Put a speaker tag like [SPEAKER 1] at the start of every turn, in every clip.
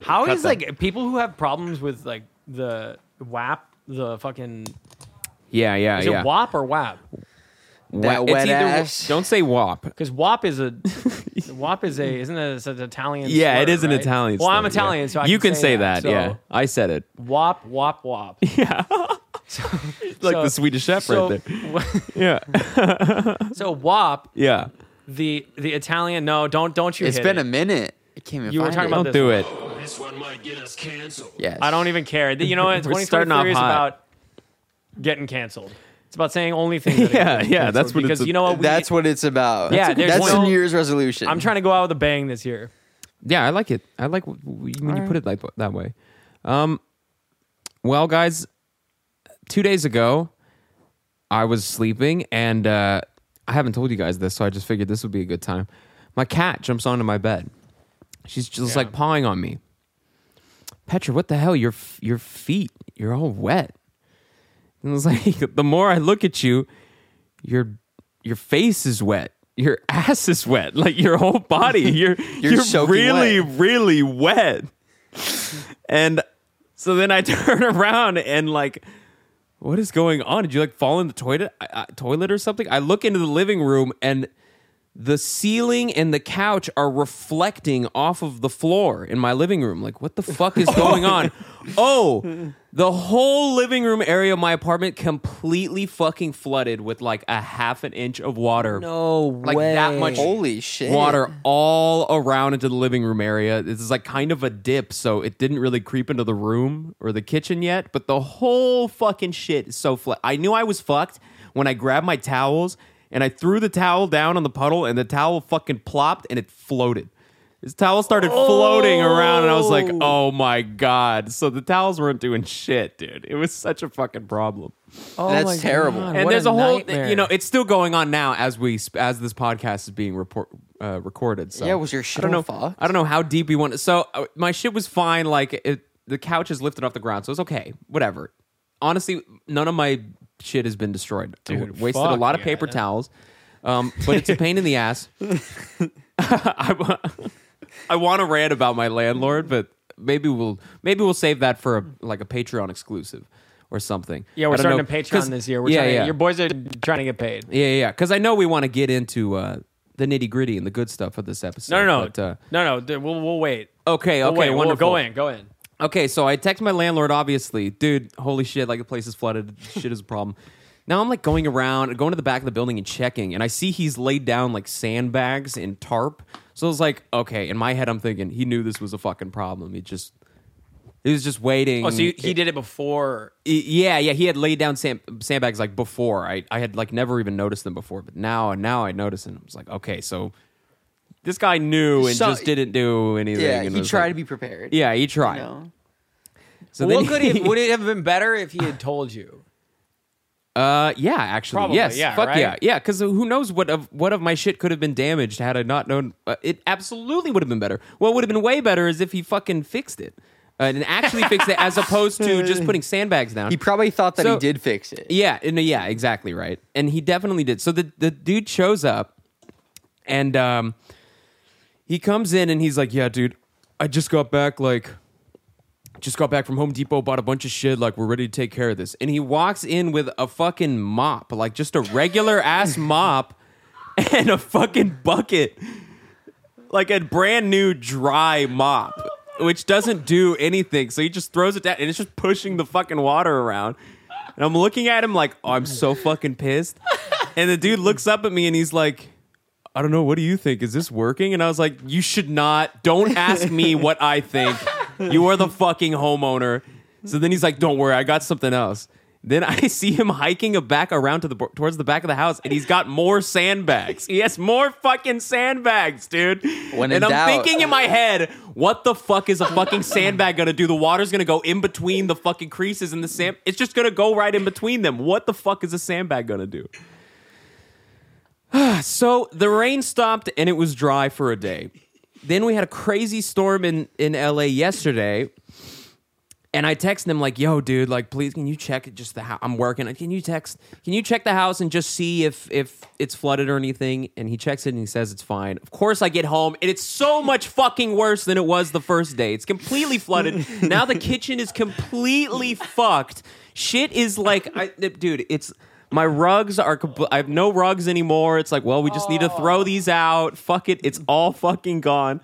[SPEAKER 1] How
[SPEAKER 2] cut
[SPEAKER 1] is
[SPEAKER 2] them.
[SPEAKER 1] like people who have problems with like the WAP, the fucking
[SPEAKER 3] Yeah, yeah,
[SPEAKER 1] is
[SPEAKER 3] yeah.
[SPEAKER 1] it WAP or WAP?
[SPEAKER 3] Wa-
[SPEAKER 2] That
[SPEAKER 3] it's
[SPEAKER 2] wet
[SPEAKER 3] either-
[SPEAKER 2] ass.
[SPEAKER 3] Don't say WAP.
[SPEAKER 1] Because WAP is a WAP is a isn't it an Italian?
[SPEAKER 3] Yeah,
[SPEAKER 1] slur,
[SPEAKER 3] it is an
[SPEAKER 1] right?
[SPEAKER 3] Italian.
[SPEAKER 1] Well, I'm
[SPEAKER 3] slur, yeah.
[SPEAKER 1] Italian, so I
[SPEAKER 3] you
[SPEAKER 1] can,
[SPEAKER 3] can say that.
[SPEAKER 1] so
[SPEAKER 3] yeah, I said it.
[SPEAKER 1] WAP, WAP, WAP.
[SPEAKER 3] Yeah, like
[SPEAKER 1] So-
[SPEAKER 3] the Swedish Chef
[SPEAKER 1] so,
[SPEAKER 3] right there. Yeah,
[SPEAKER 1] so WAP,
[SPEAKER 3] yeah.
[SPEAKER 1] the the Italian. No, don't don't you.
[SPEAKER 2] It's
[SPEAKER 1] hit
[SPEAKER 2] been
[SPEAKER 1] it.
[SPEAKER 2] a minute. I can't even
[SPEAKER 1] You were talking
[SPEAKER 2] find it.
[SPEAKER 1] about
[SPEAKER 3] Don't
[SPEAKER 1] this
[SPEAKER 3] do it.
[SPEAKER 4] This one might get us canceled.
[SPEAKER 2] Yes.
[SPEAKER 1] I don't even care. You know what?
[SPEAKER 3] We're starting off
[SPEAKER 1] 2023 is
[SPEAKER 3] hot.
[SPEAKER 1] about getting canceled. It's about saying only things. That are
[SPEAKER 3] Yeah,
[SPEAKER 1] getting
[SPEAKER 3] yeah,
[SPEAKER 1] canceled
[SPEAKER 3] that's what it's
[SPEAKER 1] because
[SPEAKER 3] a-
[SPEAKER 1] you know what. We,
[SPEAKER 2] That's what it's about.
[SPEAKER 1] Yeah,
[SPEAKER 2] that's,
[SPEAKER 1] there's
[SPEAKER 2] that's
[SPEAKER 1] no-
[SPEAKER 2] New Year's resolution.
[SPEAKER 1] I'm trying to go out with a bang this year.
[SPEAKER 3] Yeah, I like it. I like w- w- when you put it like that way. Um, well, guys, two days ago, I was sleeping, and uh, I haven't told you guys this, so I just figured this would be a good time. My cat jumps onto my bed. She's just like pawing on me. Petra, what the hell? Your f- your feet, you're all wet. And it's like the more I look at you, your your face is wet. Your ass is wet. Like your whole body. You're
[SPEAKER 2] You're
[SPEAKER 3] you're,
[SPEAKER 2] soaking
[SPEAKER 3] really really wet. And so then I turn around and like what is going on? Did you like fall in the toilet I, I, toilet or something? I look into the living room and the ceiling and the couch are reflecting off of the floor in my living room. Like, what the fuck is going on? Oh, the whole living room area of my apartment completely fucking flooded with like a half an inch of water.
[SPEAKER 1] No
[SPEAKER 3] like that much
[SPEAKER 2] Holy shit.
[SPEAKER 3] water all around into the living room area. This is like kind of a dip, so it didn't really creep into the room or the kitchen yet. But the whole fucking shit is so flat. I knew I was fucked when I grabbed my towels and I threw the towel down on the puddle, and the towel fucking plopped and it floated. This towel started floating around, and I was like, "Oh my god!" So the towels weren't doing shit, dude. It was such a fucking problem
[SPEAKER 1] Oh
[SPEAKER 2] That's terrible.
[SPEAKER 3] and there's a, whole you know it's still going on now as we sp- as this podcast is being report uh, recorded so
[SPEAKER 2] Yeah, was your shit
[SPEAKER 3] I don't know
[SPEAKER 2] all fucked?
[SPEAKER 3] I don't know how deep you want so uh, my shit was fine like it, the couch is lifted off the ground so it's okay whatever honestly none of my shit has been destroyed I
[SPEAKER 1] Dude,
[SPEAKER 3] wasted a
[SPEAKER 1] fuck
[SPEAKER 3] lot of
[SPEAKER 1] yeah.
[SPEAKER 3] paper towels um, but it's a pain in the ass I, wa- I want to rant about my landlord but maybe we'll maybe we'll save that for a, like a Patreon exclusive or something
[SPEAKER 1] yeah,
[SPEAKER 3] I
[SPEAKER 1] we're
[SPEAKER 3] don't
[SPEAKER 1] starting
[SPEAKER 3] know.
[SPEAKER 1] a
[SPEAKER 3] 'Cause-
[SPEAKER 1] Patreon this year. We're
[SPEAKER 3] yeah,
[SPEAKER 1] trying to-
[SPEAKER 3] yeah.
[SPEAKER 1] Your boys are trying to get paid.
[SPEAKER 3] Yeah, yeah, yeah. Because I know we want to get into uh, the nitty gritty and the good stuff of this episode.
[SPEAKER 1] No, no, no,
[SPEAKER 3] but, uh, Oh,
[SPEAKER 1] no, no. th- We'll we'll wait.
[SPEAKER 3] okay,
[SPEAKER 1] We'll
[SPEAKER 3] okay,
[SPEAKER 1] wait. We'll-
[SPEAKER 3] wonderful.
[SPEAKER 1] go in, go in.
[SPEAKER 3] Okay, so I text my landlord. Obviously, dude, holy shit! Like the place is flooded. shit is a problem. Now I'm like going around, going to the back of the building and checking, and I see he's laid down like sandbags and tarp. So I was like, okay. In my head, I'm thinking he knew this was a fucking problem. He just, he was just waiting.
[SPEAKER 1] Oh, so you, he did it before.
[SPEAKER 3] Y- Yeah, yeah, he had laid down sand, sandbags like before. I, I had like never even noticed them before, but now now I noticed and I was like, okay, so this guy knew and
[SPEAKER 2] So-
[SPEAKER 3] just didn't do anything.
[SPEAKER 2] Yeah,
[SPEAKER 3] and
[SPEAKER 2] he
[SPEAKER 3] was
[SPEAKER 2] tried
[SPEAKER 3] like-
[SPEAKER 2] to be prepared.
[SPEAKER 3] yeah, he tried.
[SPEAKER 2] You know?
[SPEAKER 3] So
[SPEAKER 1] what
[SPEAKER 3] then
[SPEAKER 1] could
[SPEAKER 3] he,
[SPEAKER 1] it, would it have been better if he had told you?
[SPEAKER 3] Uh, yeah, actually,
[SPEAKER 1] Probably,
[SPEAKER 3] yes,
[SPEAKER 1] yeah,
[SPEAKER 3] fuck
[SPEAKER 1] right?
[SPEAKER 3] yeah, yeah. Because who knows what of what of my shit could have been damaged had I not known? Uh, it absolutely would have been better. What would have been way better is if he fucking fixed it uh, and actually fixed it, as opposed to just putting sandbags down.
[SPEAKER 2] He probably thought that he
[SPEAKER 3] So-
[SPEAKER 2] did fix it.
[SPEAKER 3] Yeah, and, yeah, exactly right. And he definitely did. So the the dude shows up, and um, he comes in and he's like, "Yeah, dude, I just got back. Like, just got back from Home Depot, bought a bunch of shit. Like, we're ready to take care of this." And he walks in with a fucking mop, like just a regular ass mop, and a fucking bucket like a brand new dry mop, which doesn't do anything. So he just throws it down and it's just pushing the fucking water around. And I'm looking at him like, oh, I'm so fucking pissed. And the dude looks up at me and he's like, I don't know. What do you think? Is this working? And I was like, you should not. Don't ask me what I think. You are the fucking homeowner. So then he's like, don't worry. I got something else. Then I see him hiking a back around to the towards the back of the house, and he's got more sandbags. He has more fucking sandbags, dude.
[SPEAKER 2] When in
[SPEAKER 3] and I'm
[SPEAKER 2] doubt.
[SPEAKER 3] thinking in my head, what the fuck is a fucking sandbag gonna do? The water's gonna go in between the fucking creases and the sand. It's just gonna go right in between them. What the fuck is a sandbag gonna do? So the rain stopped and it was dry for a day. Then we had a crazy storm in, in LA yesterday. And I text him like, "Yo, dude, like, please, can you check just the house? I'm working. Like, Can you text? Can you check the house and just see if if it's flooded or anything?" And he checks it and he says it's fine. Of course, I get home and it's so much fucking worse than it was the first day. It's completely flooded. now the kitchen is completely fucked. Shit is like, I, dude, it's my rugs are. compl- I have no rugs anymore. It's like, well, we just need to throw these out. Fuck it. It's all fucking gone.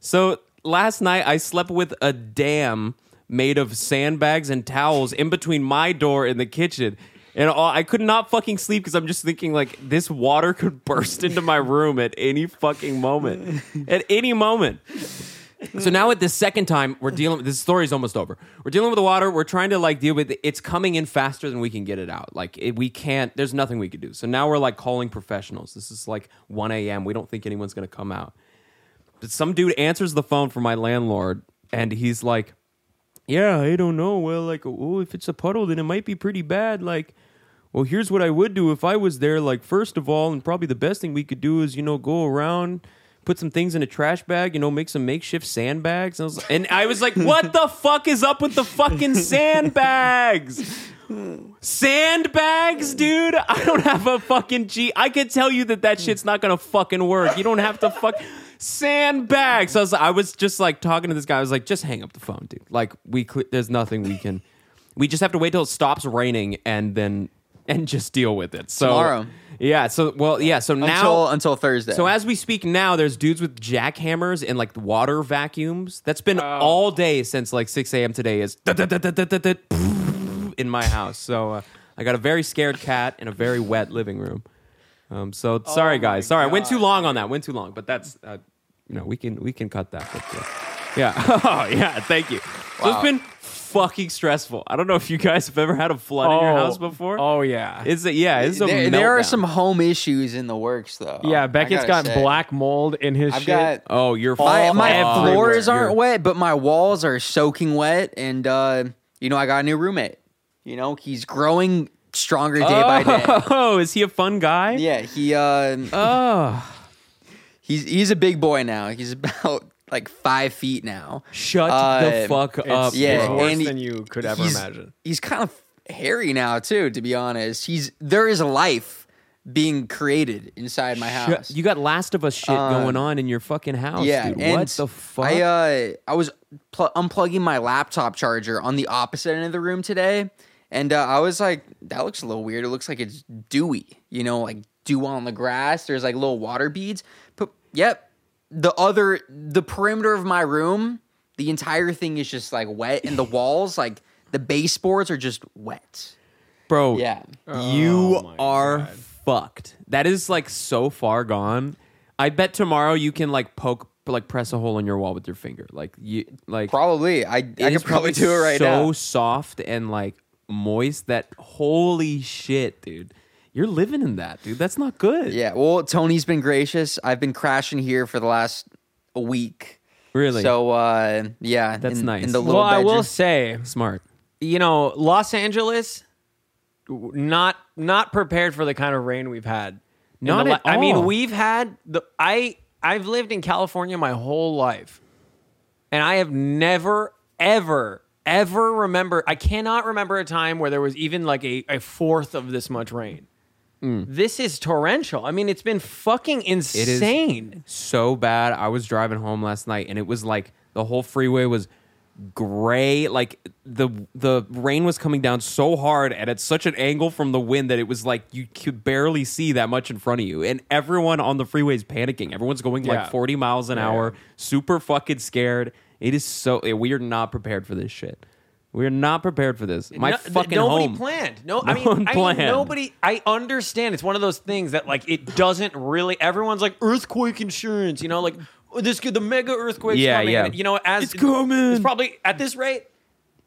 [SPEAKER 3] So last night I slept with a dam made of sandbags and towels in between my door and the kitchen. And all, I could not fucking sleep because I'm just thinking like this water could burst into my room at any fucking moment, at any moment. So now at this second time we're dealing. This story's almost over. We're dealing with the water. We're trying to like deal with it. It's coming in faster than we can get it out. Like it, we can't. There's nothing we could do. So now we're like calling professionals. This is like 1 a.m. We don't think anyone's gonna come out some dude answers the phone for my landlord and he's like yeah i don't know well like oh if it's a puddle then it might be pretty bad like well here's what i would do if i was there like first of all and probably the best thing we could do is you know go around put some things in a trash bag you know make some makeshift sandbags and i was, and I was like what the fuck is up with the fucking sandbags Sandbags, dude. I don't have a fucking G. I can tell you that that shit's not gonna fucking work. You don't have to fuck sandbags. I was, I was just like talking to this guy. I was like, just hang up the phone, dude. Like we, cle there's nothing we can. We just have to wait till it stops raining and then and just deal with it. So
[SPEAKER 2] Tomorrow.
[SPEAKER 3] yeah. So well, yeah. So now
[SPEAKER 2] until until Thursday.
[SPEAKER 3] so as we speak now, there's dudes with jackhammers and like water vacuums. That's been
[SPEAKER 1] Oh.
[SPEAKER 3] all day since like 6 a.m. today is da- da- da- da- da- da- da- in my house. So uh, I got a very scared cat in a very wet living room. Um, so sorry
[SPEAKER 1] Oh
[SPEAKER 3] guys, sorry I went too long on that. Went too long, but that's uh, you know we can we can cut that. But, uh, yeah, oh, yeah. Thank you. So it's been fucking stressful. I don't know if you guys have ever had a flood in your house before.
[SPEAKER 1] Oh yeah.
[SPEAKER 3] Is it? Yeah, it's a
[SPEAKER 2] there, there are
[SPEAKER 3] meltdown.
[SPEAKER 2] some home issues in the works though.
[SPEAKER 1] yeah,
[SPEAKER 2] Oh, I
[SPEAKER 1] Beckett's got
[SPEAKER 2] gotta say.
[SPEAKER 1] black mold in his
[SPEAKER 2] I've
[SPEAKER 1] shit.
[SPEAKER 2] got
[SPEAKER 3] Oh, you're
[SPEAKER 2] my, my
[SPEAKER 1] everywhere.
[SPEAKER 2] floors
[SPEAKER 3] You're-
[SPEAKER 2] aren't wet, but my walls are soaking wet, and uh, you know I got a new roommate. You know he's growing stronger day by day.
[SPEAKER 3] Oh, is he a fun guy?
[SPEAKER 2] Yeah, he uh,
[SPEAKER 3] Oh,
[SPEAKER 2] he's he's a big boy now. He's about like five feet now.
[SPEAKER 3] shut the
[SPEAKER 2] Uh,
[SPEAKER 3] fuck
[SPEAKER 1] It's,
[SPEAKER 3] up.
[SPEAKER 2] yeah,
[SPEAKER 1] it's
[SPEAKER 3] bro.
[SPEAKER 1] worse
[SPEAKER 2] and he-
[SPEAKER 1] than you could ever
[SPEAKER 2] he's,
[SPEAKER 1] imagine.
[SPEAKER 2] He's kind of hairy now too. To be honest, he's there is life being created inside my
[SPEAKER 3] Shut-
[SPEAKER 2] house. Um,
[SPEAKER 3] You got Last of Us shit going on in your fucking house,
[SPEAKER 2] yeah,
[SPEAKER 3] dude.
[SPEAKER 2] and
[SPEAKER 3] What the fuck?
[SPEAKER 2] I uh, I was pl- unplugging my laptop charger on the opposite end of the room today, and uh, I was like, "That looks a little weird. It looks like it's dewy, you know, like dew on the grass. There's like little water beads." But yep, the other the perimeter of my room, the entire thing is just like wet, and the walls, like the baseboards, are just wet.
[SPEAKER 3] Bro,
[SPEAKER 2] Yeah.
[SPEAKER 3] you
[SPEAKER 1] Oh my
[SPEAKER 3] are fucked. That is like so far gone. I bet tomorrow you can like poke, like press a hole in your wall with your finger. Like you, like
[SPEAKER 2] Probably, I I
[SPEAKER 3] It
[SPEAKER 2] could
[SPEAKER 3] is
[SPEAKER 2] probably do it right
[SPEAKER 3] so
[SPEAKER 2] now.
[SPEAKER 3] soft and like moist that holy shit, dude. You're living in that, dude. That's not good.
[SPEAKER 2] Yeah, well, Tony's been gracious. I've been crashing here for the last week.
[SPEAKER 3] Really?
[SPEAKER 2] So uh, yeah,
[SPEAKER 3] That's
[SPEAKER 2] in-
[SPEAKER 3] nice.
[SPEAKER 2] In the
[SPEAKER 1] Well,
[SPEAKER 2] little
[SPEAKER 1] I will
[SPEAKER 2] bedroom.
[SPEAKER 1] say,
[SPEAKER 3] smart.
[SPEAKER 1] you know, Los Angeles, w- not not prepared for the kind of rain we've had. In
[SPEAKER 3] Not
[SPEAKER 1] the la-
[SPEAKER 3] at
[SPEAKER 1] I
[SPEAKER 3] all.
[SPEAKER 1] mean, we've had the I I've lived in California my whole life, and I have never ever ever remember. I cannot remember a time where there was even like a, a fourth of this much rain. This is torrential. I mean, it's been fucking
[SPEAKER 3] is-
[SPEAKER 1] insane.
[SPEAKER 3] so bad. I was driving home last night and it was like the whole freeway was gray. Like the the rain was coming down so hard and at such an angle from the wind that it was like you could barely see that much in front of you. And everyone on the freeway is panicking. Everyone's going
[SPEAKER 1] Yeah.
[SPEAKER 3] like 40 miles an hour, super fucking scared. It is so eh, we are not prepared for this shit. We are not prepared for this. My
[SPEAKER 1] No- th-
[SPEAKER 3] fucking
[SPEAKER 1] nobody
[SPEAKER 3] home.
[SPEAKER 1] planned. No,
[SPEAKER 3] No
[SPEAKER 1] I mean,
[SPEAKER 3] one
[SPEAKER 1] I
[SPEAKER 3] planned.
[SPEAKER 1] mean, nobody. I understand. It's one of those things that like it doesn't really. Everyone's like earthquake insurance, you know, like oh, this could the mega earthquake's
[SPEAKER 3] Yeah,
[SPEAKER 1] coming.
[SPEAKER 3] yeah.
[SPEAKER 1] And, you know, as
[SPEAKER 3] It's coming.
[SPEAKER 1] It's probably at this rate.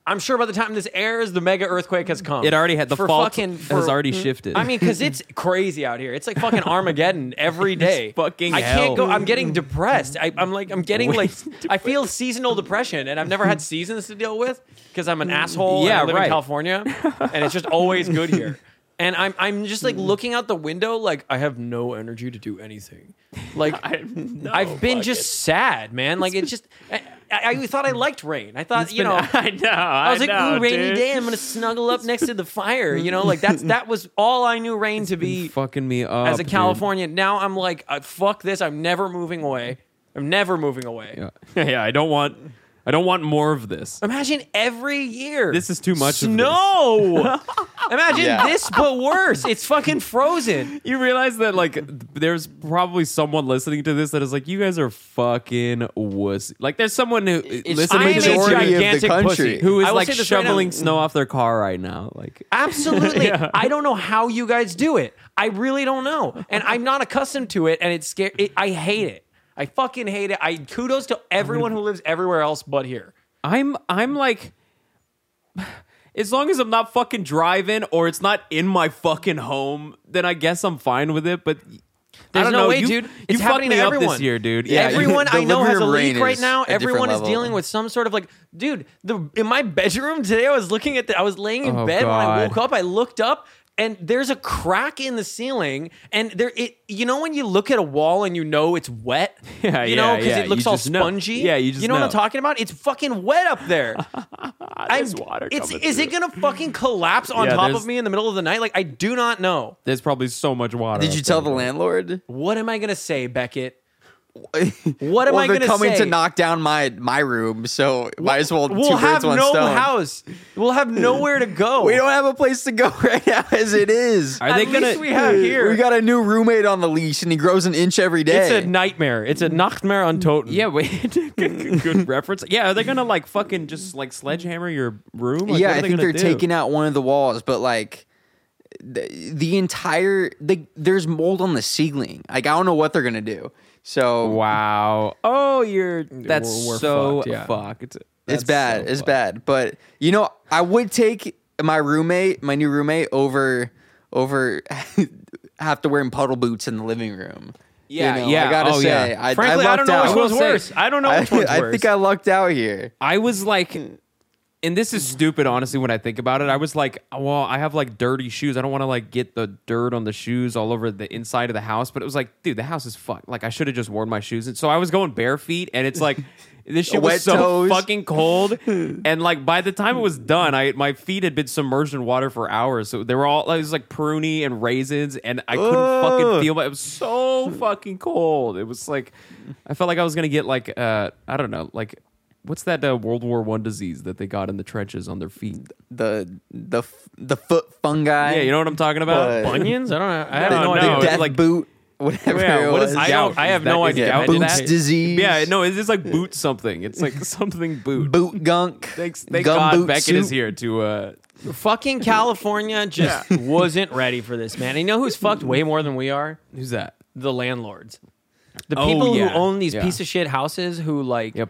[SPEAKER 1] I'm sure by the time this airs, the mega earthquake has come.
[SPEAKER 3] It already had the
[SPEAKER 1] For
[SPEAKER 3] fault
[SPEAKER 1] fucking-
[SPEAKER 3] has
[SPEAKER 1] for- mm-hmm. Mm.
[SPEAKER 3] already shifted.
[SPEAKER 1] I mean, because it's crazy out here. It's like fucking Armageddon every day.
[SPEAKER 3] fucking
[SPEAKER 1] I
[SPEAKER 3] hell.
[SPEAKER 1] can't go. I'm getting depressed. I, I'm like, I'm getting
[SPEAKER 3] Wait,
[SPEAKER 1] like, I feel seasonal depression, and I've never had seasons to deal with because I'm an asshole. Yeah,
[SPEAKER 3] Mm. Yeah,
[SPEAKER 1] and I live
[SPEAKER 3] right.
[SPEAKER 1] in California, and it's just always good here. And I'm I'm just
[SPEAKER 3] Mm.
[SPEAKER 1] like looking out the window, like I have no energy to do anything. Like I've been just sad, man. Like it's just, a- I, I thought I liked rain. I thought
[SPEAKER 3] It's
[SPEAKER 1] you
[SPEAKER 3] been-
[SPEAKER 1] know.
[SPEAKER 3] I know. I,
[SPEAKER 1] I was like,
[SPEAKER 3] know,
[SPEAKER 1] ooh, rainy
[SPEAKER 3] dude.
[SPEAKER 1] day. I'm gonna snuggle up next to the fire. You know, like that's that was all I knew rain to
[SPEAKER 3] Be
[SPEAKER 1] be
[SPEAKER 3] fucking me up
[SPEAKER 1] as a
[SPEAKER 3] dude.
[SPEAKER 1] Californian. Now I'm like, uh, fuck this. I'm never moving away. I'm never moving away.
[SPEAKER 3] Yeah. yeah, I don't want. I don't want more of this.
[SPEAKER 1] Imagine every year.
[SPEAKER 3] This is too much of this.
[SPEAKER 1] Snow. Imagine
[SPEAKER 2] Yeah.
[SPEAKER 1] this, but worse. It's fucking frozen.
[SPEAKER 3] You realize that like th- there's probably someone listening to this that is like, you guys are fucking wuss. Like there's someone who listening
[SPEAKER 1] I'm
[SPEAKER 3] to
[SPEAKER 1] a
[SPEAKER 3] this
[SPEAKER 2] majority of the
[SPEAKER 1] gigantic
[SPEAKER 2] country.
[SPEAKER 1] pussy.
[SPEAKER 3] who
[SPEAKER 1] I
[SPEAKER 3] is
[SPEAKER 1] will
[SPEAKER 3] like
[SPEAKER 1] say this right now.
[SPEAKER 3] shoveling snow off their car right now. Like
[SPEAKER 1] Absolutely. I don't know how you guys do it. I really don't know. And I'm not accustomed to it and it's scary. It, I hate it. I fucking hate it. I kudos to everyone who lives everywhere else but here.
[SPEAKER 3] I'm I'm like as long as I'm not fucking driving or it's not in my fucking home, then I guess I'm fine with it. But I
[SPEAKER 1] There's
[SPEAKER 3] don't
[SPEAKER 1] no
[SPEAKER 3] know,
[SPEAKER 1] way,
[SPEAKER 3] you,
[SPEAKER 1] dude.
[SPEAKER 3] You
[SPEAKER 1] It's
[SPEAKER 3] fucked
[SPEAKER 1] happening
[SPEAKER 3] me
[SPEAKER 1] to
[SPEAKER 3] up this
[SPEAKER 1] everyone.
[SPEAKER 3] year, dude.
[SPEAKER 2] Yeah, you-
[SPEAKER 1] everyone
[SPEAKER 2] the
[SPEAKER 1] I know has a
[SPEAKER 2] living room
[SPEAKER 1] leak
[SPEAKER 2] rain
[SPEAKER 1] right
[SPEAKER 2] is
[SPEAKER 1] now.
[SPEAKER 2] a different
[SPEAKER 1] Everyone is
[SPEAKER 2] level.
[SPEAKER 1] dealing with some sort of like, dude. The in my bedroom today, I was looking at the. I was laying in
[SPEAKER 3] Oh,
[SPEAKER 1] bed when I
[SPEAKER 3] God.
[SPEAKER 1] woke up. I looked up. And there's a crack in the ceiling, and there it. You know when you look at a wall and you know it's wet,
[SPEAKER 3] Yeah,
[SPEAKER 1] you know
[SPEAKER 3] yeah, yeah.
[SPEAKER 1] it looks
[SPEAKER 3] You
[SPEAKER 1] all
[SPEAKER 3] just know.
[SPEAKER 1] spongy.
[SPEAKER 3] Yeah, you just
[SPEAKER 1] you know, what I'm
[SPEAKER 3] know.
[SPEAKER 1] talking about. It's fucking wet up there.
[SPEAKER 3] There's water
[SPEAKER 1] It's
[SPEAKER 3] coming
[SPEAKER 1] is it
[SPEAKER 3] through.
[SPEAKER 1] gonna fucking collapse on
[SPEAKER 3] Yeah,
[SPEAKER 1] top
[SPEAKER 3] there's-
[SPEAKER 1] of me in the middle of the night? Like I do not know.
[SPEAKER 3] There's probably so much water.
[SPEAKER 2] Did
[SPEAKER 3] up
[SPEAKER 2] you tell the
[SPEAKER 3] there.
[SPEAKER 2] landlord?
[SPEAKER 1] What am I gonna say, Beckett?
[SPEAKER 2] What
[SPEAKER 1] am
[SPEAKER 2] well,
[SPEAKER 1] I
[SPEAKER 2] they're
[SPEAKER 1] gonna
[SPEAKER 2] coming
[SPEAKER 1] say?
[SPEAKER 2] to knock down my my room, so might as well
[SPEAKER 1] We'll
[SPEAKER 2] two
[SPEAKER 1] have
[SPEAKER 2] birds, one
[SPEAKER 1] no
[SPEAKER 2] stone.
[SPEAKER 1] house. We'll have nowhere to go.
[SPEAKER 2] We don't have a place to go right now as it is.
[SPEAKER 3] Are they
[SPEAKER 1] At least
[SPEAKER 3] gonna?
[SPEAKER 1] we have here.
[SPEAKER 2] We got a new roommate on the leash, and he grows an inch every day.
[SPEAKER 1] It's a nightmare. It's a nightmare on Toten.
[SPEAKER 3] yeah, wait. good good reference. Yeah, are they gonna like fucking just like sledgehammer your room? Like,
[SPEAKER 2] yeah,
[SPEAKER 3] what are they
[SPEAKER 2] I think
[SPEAKER 3] gonna
[SPEAKER 2] they're
[SPEAKER 3] do?
[SPEAKER 2] taking out one of the walls, but like the, the entire the, there's mold on the ceiling. Like I don't know what they're gonna do. So
[SPEAKER 3] Wow. Oh, you're. That's
[SPEAKER 1] we're
[SPEAKER 3] so
[SPEAKER 1] fucked, yeah.
[SPEAKER 3] fucked.
[SPEAKER 2] it's bad. it's bad. But you know, I would take my roommate, my new roommate, over over have to wear puddle boots in the living room. You
[SPEAKER 3] Yeah,
[SPEAKER 2] know,
[SPEAKER 3] yeah.
[SPEAKER 2] I gotta
[SPEAKER 3] Oh, yeah.
[SPEAKER 2] say, I,
[SPEAKER 1] Frankly, I,
[SPEAKER 2] I,
[SPEAKER 1] don't
[SPEAKER 2] lucked
[SPEAKER 1] know
[SPEAKER 2] out.
[SPEAKER 1] which
[SPEAKER 3] will
[SPEAKER 1] one's
[SPEAKER 3] say-
[SPEAKER 1] worse. I don't know
[SPEAKER 2] I,
[SPEAKER 1] which one's
[SPEAKER 2] I
[SPEAKER 1] worse.
[SPEAKER 2] think I lucked out here.
[SPEAKER 3] I was like, and this is stupid, honestly, when I think about it. I was like, well, I have like dirty shoes. I don't want to like get the dirt on the shoes all over the inside of the house. But it was like, dude, the house is fucked. Like, I should have just worn my shoes. And so I was going bare feet, and it's like, this shit
[SPEAKER 2] Wet
[SPEAKER 3] was so
[SPEAKER 2] toes.
[SPEAKER 3] fucking cold. And like, by the time it was done, I my feet had been submerged in water for hours. So they were all, it was like pruny and raisins, and I couldn't fucking feel my, it was so fucking cold. It was like, I felt like I was going to get like, uh, I don't know, like, What's that uh, World War One disease that they got in the trenches on their feet?
[SPEAKER 2] The the f- the foot fungi.
[SPEAKER 3] Yeah, you know what I'm talking about.
[SPEAKER 2] But-
[SPEAKER 1] Bunions? I don't know. I have
[SPEAKER 3] No,
[SPEAKER 1] no,
[SPEAKER 3] no,
[SPEAKER 1] idea.
[SPEAKER 3] it's
[SPEAKER 2] death
[SPEAKER 3] like-
[SPEAKER 2] boot. Whatever.
[SPEAKER 3] Yeah,
[SPEAKER 2] it
[SPEAKER 3] what is
[SPEAKER 2] was.
[SPEAKER 1] I don't. I have
[SPEAKER 3] Is that-
[SPEAKER 1] no
[SPEAKER 3] is
[SPEAKER 1] idea.
[SPEAKER 3] that-
[SPEAKER 1] I did
[SPEAKER 2] boots
[SPEAKER 1] that.
[SPEAKER 2] disease.
[SPEAKER 3] Yeah, no, it's, it's like boot something. It's like something boot.
[SPEAKER 2] boot gunk.
[SPEAKER 3] Thanks, thank
[SPEAKER 2] gum
[SPEAKER 3] God
[SPEAKER 2] boot
[SPEAKER 3] Beckett
[SPEAKER 2] soup.
[SPEAKER 3] is here to. uh
[SPEAKER 1] Fucking California just wasn't ready for this, man. And you know who's fucked way more than we are?
[SPEAKER 3] Who's that?
[SPEAKER 1] The landlords. The
[SPEAKER 3] Oh,
[SPEAKER 1] people
[SPEAKER 3] yeah.
[SPEAKER 1] who own these
[SPEAKER 3] Yeah.
[SPEAKER 1] piece of shit houses who like
[SPEAKER 3] Yep.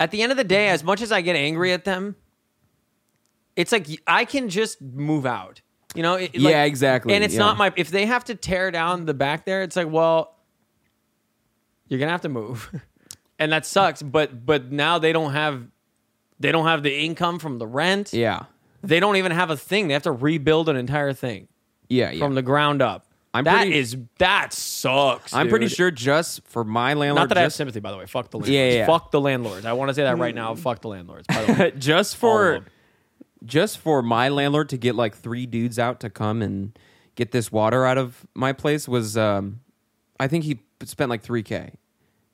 [SPEAKER 1] at the end of the day, as much as I get angry at them, it's like I can just move out. You know? it- it, like-
[SPEAKER 3] Yeah, exactly,
[SPEAKER 1] And it's
[SPEAKER 3] yeah.
[SPEAKER 1] not my. If they have to tear down the back there, it's like, well, you're gonna have to move, and that sucks. But but now they don't have, they don't have the income from the rent.
[SPEAKER 3] Yeah,
[SPEAKER 1] They don't even have a thing. They have to rebuild an entire thing
[SPEAKER 3] yeah, yeah.
[SPEAKER 1] from the ground up.
[SPEAKER 3] I'm
[SPEAKER 1] That
[SPEAKER 3] pretty-
[SPEAKER 1] is- that sucks.
[SPEAKER 3] I'm pretty
[SPEAKER 1] dude.
[SPEAKER 3] sure just for my landlord.
[SPEAKER 1] Not that I have
[SPEAKER 3] just,
[SPEAKER 1] sympathy, by the way. Fuck the landlords.
[SPEAKER 3] Yeah, Hmm. yeah.
[SPEAKER 1] Fuck the landlords. I want to say that right now. Fuck the landlords. By the way.
[SPEAKER 3] just
[SPEAKER 1] All of
[SPEAKER 3] for
[SPEAKER 1] them.
[SPEAKER 3] just for my landlord to get like three dudes out to come and get this water out of my place was um i think he p- spent like 3k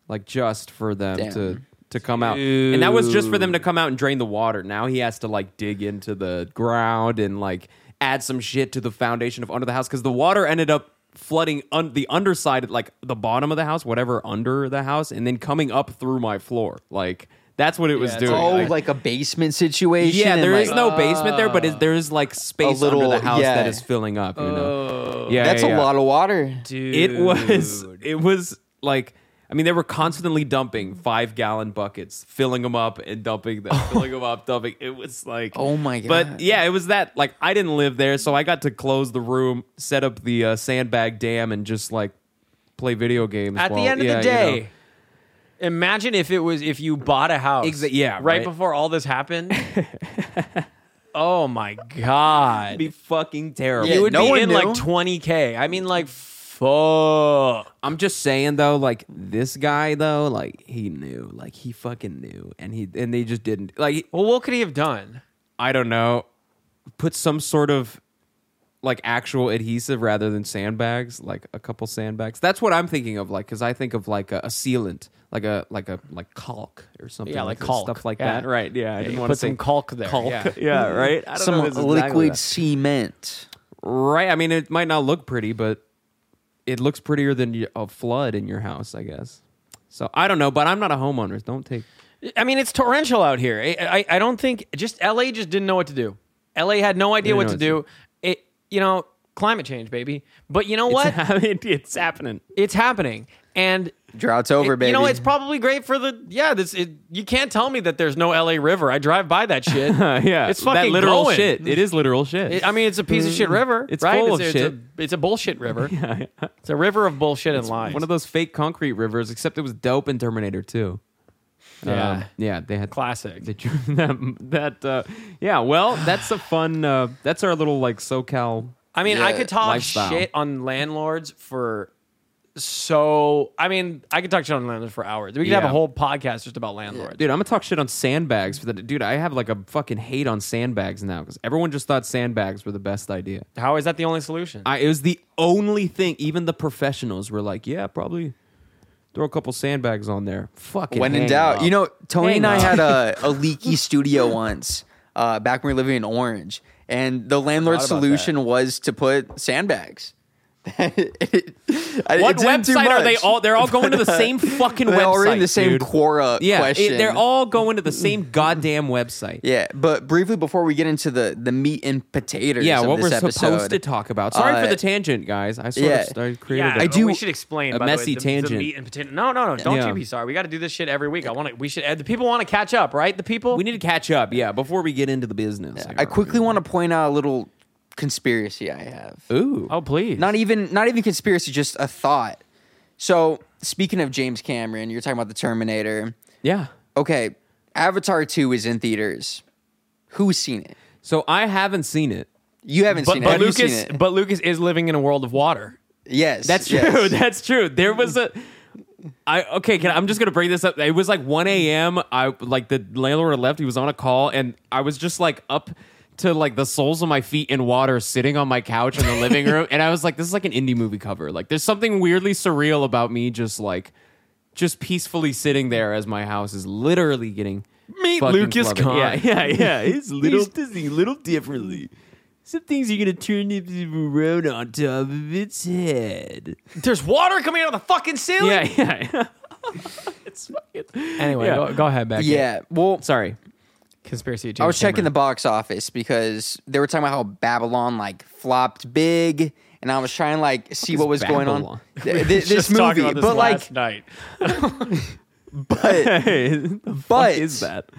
[SPEAKER 3] like just for them
[SPEAKER 2] Damn.
[SPEAKER 3] to to come out and that was just for them to come out and drain the water now he has to like dig into the ground and like add some shit to the foundation of under the house because the water ended up flooding un- the underside like the bottom of the house whatever under the house and then coming up through my floor like that's what it was
[SPEAKER 1] Yeah, it's
[SPEAKER 3] doing
[SPEAKER 2] Oh,
[SPEAKER 3] Like-
[SPEAKER 2] like a basement situation.
[SPEAKER 3] yeah,
[SPEAKER 2] and,
[SPEAKER 3] there is
[SPEAKER 2] like- Ah.
[SPEAKER 3] no basement there, but is, there is like space
[SPEAKER 2] little-
[SPEAKER 3] under the house that
[SPEAKER 2] yeah. Oh.
[SPEAKER 3] is filling up. You know, yeah,
[SPEAKER 2] That's
[SPEAKER 3] yeah, yeah.
[SPEAKER 2] a lot of water.
[SPEAKER 1] Dude.
[SPEAKER 3] It was. It was like. I mean, they were constantly dumping five gallon buckets, filling them up and dumping them, filling them up, dumping. It was like,
[SPEAKER 2] Oh my God.
[SPEAKER 3] But yeah, it was that. Like, I didn't live there, so I got to close the room, set up the uh, sandbag dam, and just like play video games.
[SPEAKER 1] At
[SPEAKER 3] while-
[SPEAKER 1] the end of
[SPEAKER 3] yeah,
[SPEAKER 1] the
[SPEAKER 3] you
[SPEAKER 1] day,
[SPEAKER 3] know.
[SPEAKER 1] imagine if it was if you bought a house.
[SPEAKER 3] Exa- yeah,
[SPEAKER 1] right,
[SPEAKER 3] right.
[SPEAKER 1] before all this happened. oh my god,
[SPEAKER 3] it'd be fucking terrible.
[SPEAKER 2] Yeah,
[SPEAKER 1] you would
[SPEAKER 2] no
[SPEAKER 1] be
[SPEAKER 2] one
[SPEAKER 1] in
[SPEAKER 2] knew.
[SPEAKER 1] like twenty k. I mean, like fuck.
[SPEAKER 3] I'm just saying though, like this guy though, like he knew, like he fucking knew, and he and they just didn't. Like
[SPEAKER 1] Well, what could he have done?
[SPEAKER 3] I don't know, put some sort of like actual adhesive rather than sandbags, like a couple sandbags. That's what I'm thinking of, like because I think of like a, a sealant, like a like a like caulk or something,
[SPEAKER 1] Yeah, like
[SPEAKER 3] that,
[SPEAKER 1] caulk.
[SPEAKER 3] stuff like
[SPEAKER 1] Yeah.
[SPEAKER 3] that, right? Yeah, I
[SPEAKER 1] you
[SPEAKER 3] didn't want to
[SPEAKER 1] put some
[SPEAKER 3] say
[SPEAKER 1] caulk there,
[SPEAKER 3] Caulk,
[SPEAKER 1] yeah.
[SPEAKER 3] yeah, right. I don't
[SPEAKER 2] Some
[SPEAKER 3] know if it's exactly
[SPEAKER 2] liquid
[SPEAKER 3] that.
[SPEAKER 2] cement.
[SPEAKER 3] Right. I mean, it might not look pretty, but it looks prettier than y- a flood in your house, I guess. So I don't know, but I'm not a homeowner. Don't take.
[SPEAKER 1] I mean, it's torrential out here. I, I, I don't think just LA just didn't know what to do. LA had no idea
[SPEAKER 3] Didn't
[SPEAKER 1] what
[SPEAKER 3] know
[SPEAKER 1] to
[SPEAKER 3] what to
[SPEAKER 1] do. It, you know, climate change, baby. But you know what?
[SPEAKER 3] It's, happening. it's happening.
[SPEAKER 1] it's happening, and
[SPEAKER 2] Drought's over,
[SPEAKER 1] it-
[SPEAKER 2] baby.
[SPEAKER 1] you know it's probably great for the yeah. This it, you can't tell me that there's no LA River. I drive by that shit.
[SPEAKER 3] Uh, yeah,
[SPEAKER 1] it's fucking
[SPEAKER 3] that literal
[SPEAKER 1] glowing.
[SPEAKER 3] shit. It is literal shit.
[SPEAKER 1] It- I mean, it's a piece of shit river.
[SPEAKER 3] Mm-hmm. It's
[SPEAKER 1] right? it's,
[SPEAKER 3] full of
[SPEAKER 1] it's
[SPEAKER 3] shit.
[SPEAKER 1] A, it's a bullshit river. It's a river of bullshit and lies.
[SPEAKER 3] one of those fake concrete rivers, except it was dope in Terminator 2.
[SPEAKER 1] Yeah.
[SPEAKER 3] yeah, they had
[SPEAKER 1] Classic.
[SPEAKER 3] They drew that. that uh, yeah, well, that's a fun. Uh, that's our little like SoCal.
[SPEAKER 1] I mean, I
[SPEAKER 2] Yeah,
[SPEAKER 1] could talk
[SPEAKER 3] lifestyle.
[SPEAKER 1] shit on landlords for so. I mean, I could talk shit on landlords for hours. We could have a
[SPEAKER 3] Yeah.
[SPEAKER 1] whole podcast just about landlords.
[SPEAKER 3] Dude, I'm gonna talk shit on sandbags for the dude. I have like a fucking hate on sandbags now because everyone just thought sandbags were the best idea.
[SPEAKER 1] How is that the only solution?
[SPEAKER 3] I it was the only thing. Even the professionals were like, "Yeah, probably throw a couple sandbags on there." Fucking
[SPEAKER 2] when in
[SPEAKER 3] hang
[SPEAKER 2] doubt,
[SPEAKER 3] up.
[SPEAKER 2] you know, Tony
[SPEAKER 3] Hang
[SPEAKER 2] and I
[SPEAKER 3] up.
[SPEAKER 2] had a, a leaky studio once uh, back when we were living in Orange, and the landlord's
[SPEAKER 1] about
[SPEAKER 2] solution was to put sandbags.
[SPEAKER 3] What website are they all? They're all going to the same fucking
[SPEAKER 2] They're
[SPEAKER 3] website.
[SPEAKER 2] all in the same
[SPEAKER 3] dude.
[SPEAKER 2] Quora
[SPEAKER 3] Yeah, it-
[SPEAKER 2] question.
[SPEAKER 3] they're all going to the same goddamn website.
[SPEAKER 2] Yeah, but briefly before we get into the the meat and potatoes.
[SPEAKER 3] Yeah,
[SPEAKER 2] of
[SPEAKER 3] what
[SPEAKER 2] this
[SPEAKER 3] we're
[SPEAKER 2] episode,
[SPEAKER 3] supposed to talk about. Sorry
[SPEAKER 2] Uh,
[SPEAKER 3] for the tangent, guys. I sort
[SPEAKER 2] yeah.
[SPEAKER 3] of started created.
[SPEAKER 1] yeah,
[SPEAKER 3] a-
[SPEAKER 1] I
[SPEAKER 2] do-
[SPEAKER 1] do. We should explain
[SPEAKER 3] a
[SPEAKER 1] by
[SPEAKER 3] messy
[SPEAKER 1] the way, the- The,
[SPEAKER 3] tangent.
[SPEAKER 1] meat and potato. No, no, no. Don't
[SPEAKER 3] Yeah.
[SPEAKER 1] you be sorry. We got to do this shit every week. I want to. We should. The people want to catch up, right? The people.
[SPEAKER 3] we need to catch up. Yeah, before we get into the business.
[SPEAKER 2] I quickly want to point out a little conspiracy I have.
[SPEAKER 3] Ooh.
[SPEAKER 1] oh please.
[SPEAKER 2] Not even not even conspiracy, just a thought. So speaking of James Cameron, you're talking about the Terminator.
[SPEAKER 3] Yeah.
[SPEAKER 2] Okay, Avatar two is in theaters. Who's seen it?
[SPEAKER 3] So I haven't seen it.
[SPEAKER 2] You haven't
[SPEAKER 1] but
[SPEAKER 2] seen it.
[SPEAKER 1] but
[SPEAKER 2] Have you seen
[SPEAKER 1] Lucas.
[SPEAKER 2] it?
[SPEAKER 1] But Lucas is living in a world of water.
[SPEAKER 2] yes,
[SPEAKER 3] That's true.
[SPEAKER 2] yes.
[SPEAKER 3] That's true. There was a. I okay. Can, I'm just gonna bring this up. It was like 1 a.m. I like the landlord had left. He was on a call, and I was just like up to like the soles of my feet in water, sitting on my couch in the living room, and I was like, "This is like an indie movie cover." Like, there's something weirdly surreal about me just like just peacefully sitting there as my house is literally getting
[SPEAKER 1] Meet
[SPEAKER 3] fucking
[SPEAKER 1] Lucas
[SPEAKER 3] flooded.
[SPEAKER 1] Kahn.
[SPEAKER 3] Yeah, yeah, yeah. It's little Disney, little differently. Some things you're gonna turn it around on top of its head.
[SPEAKER 1] There's water coming out of the fucking ceiling.
[SPEAKER 3] Yeah, yeah. it's fucking.
[SPEAKER 1] Anyway,
[SPEAKER 3] Yeah.
[SPEAKER 1] go, go ahead, Becky.
[SPEAKER 2] Yeah. Well,
[SPEAKER 3] Sorry.
[SPEAKER 1] Conspiracy.
[SPEAKER 2] I was checking the box office because they were talking about how Babylon like flopped big, and I was trying to like see
[SPEAKER 3] is
[SPEAKER 2] what was going on.
[SPEAKER 3] Babylon?
[SPEAKER 2] Th- th- this movie, but like,
[SPEAKER 1] night.
[SPEAKER 2] but
[SPEAKER 3] Hey, the fuck
[SPEAKER 2] But-
[SPEAKER 3] is that?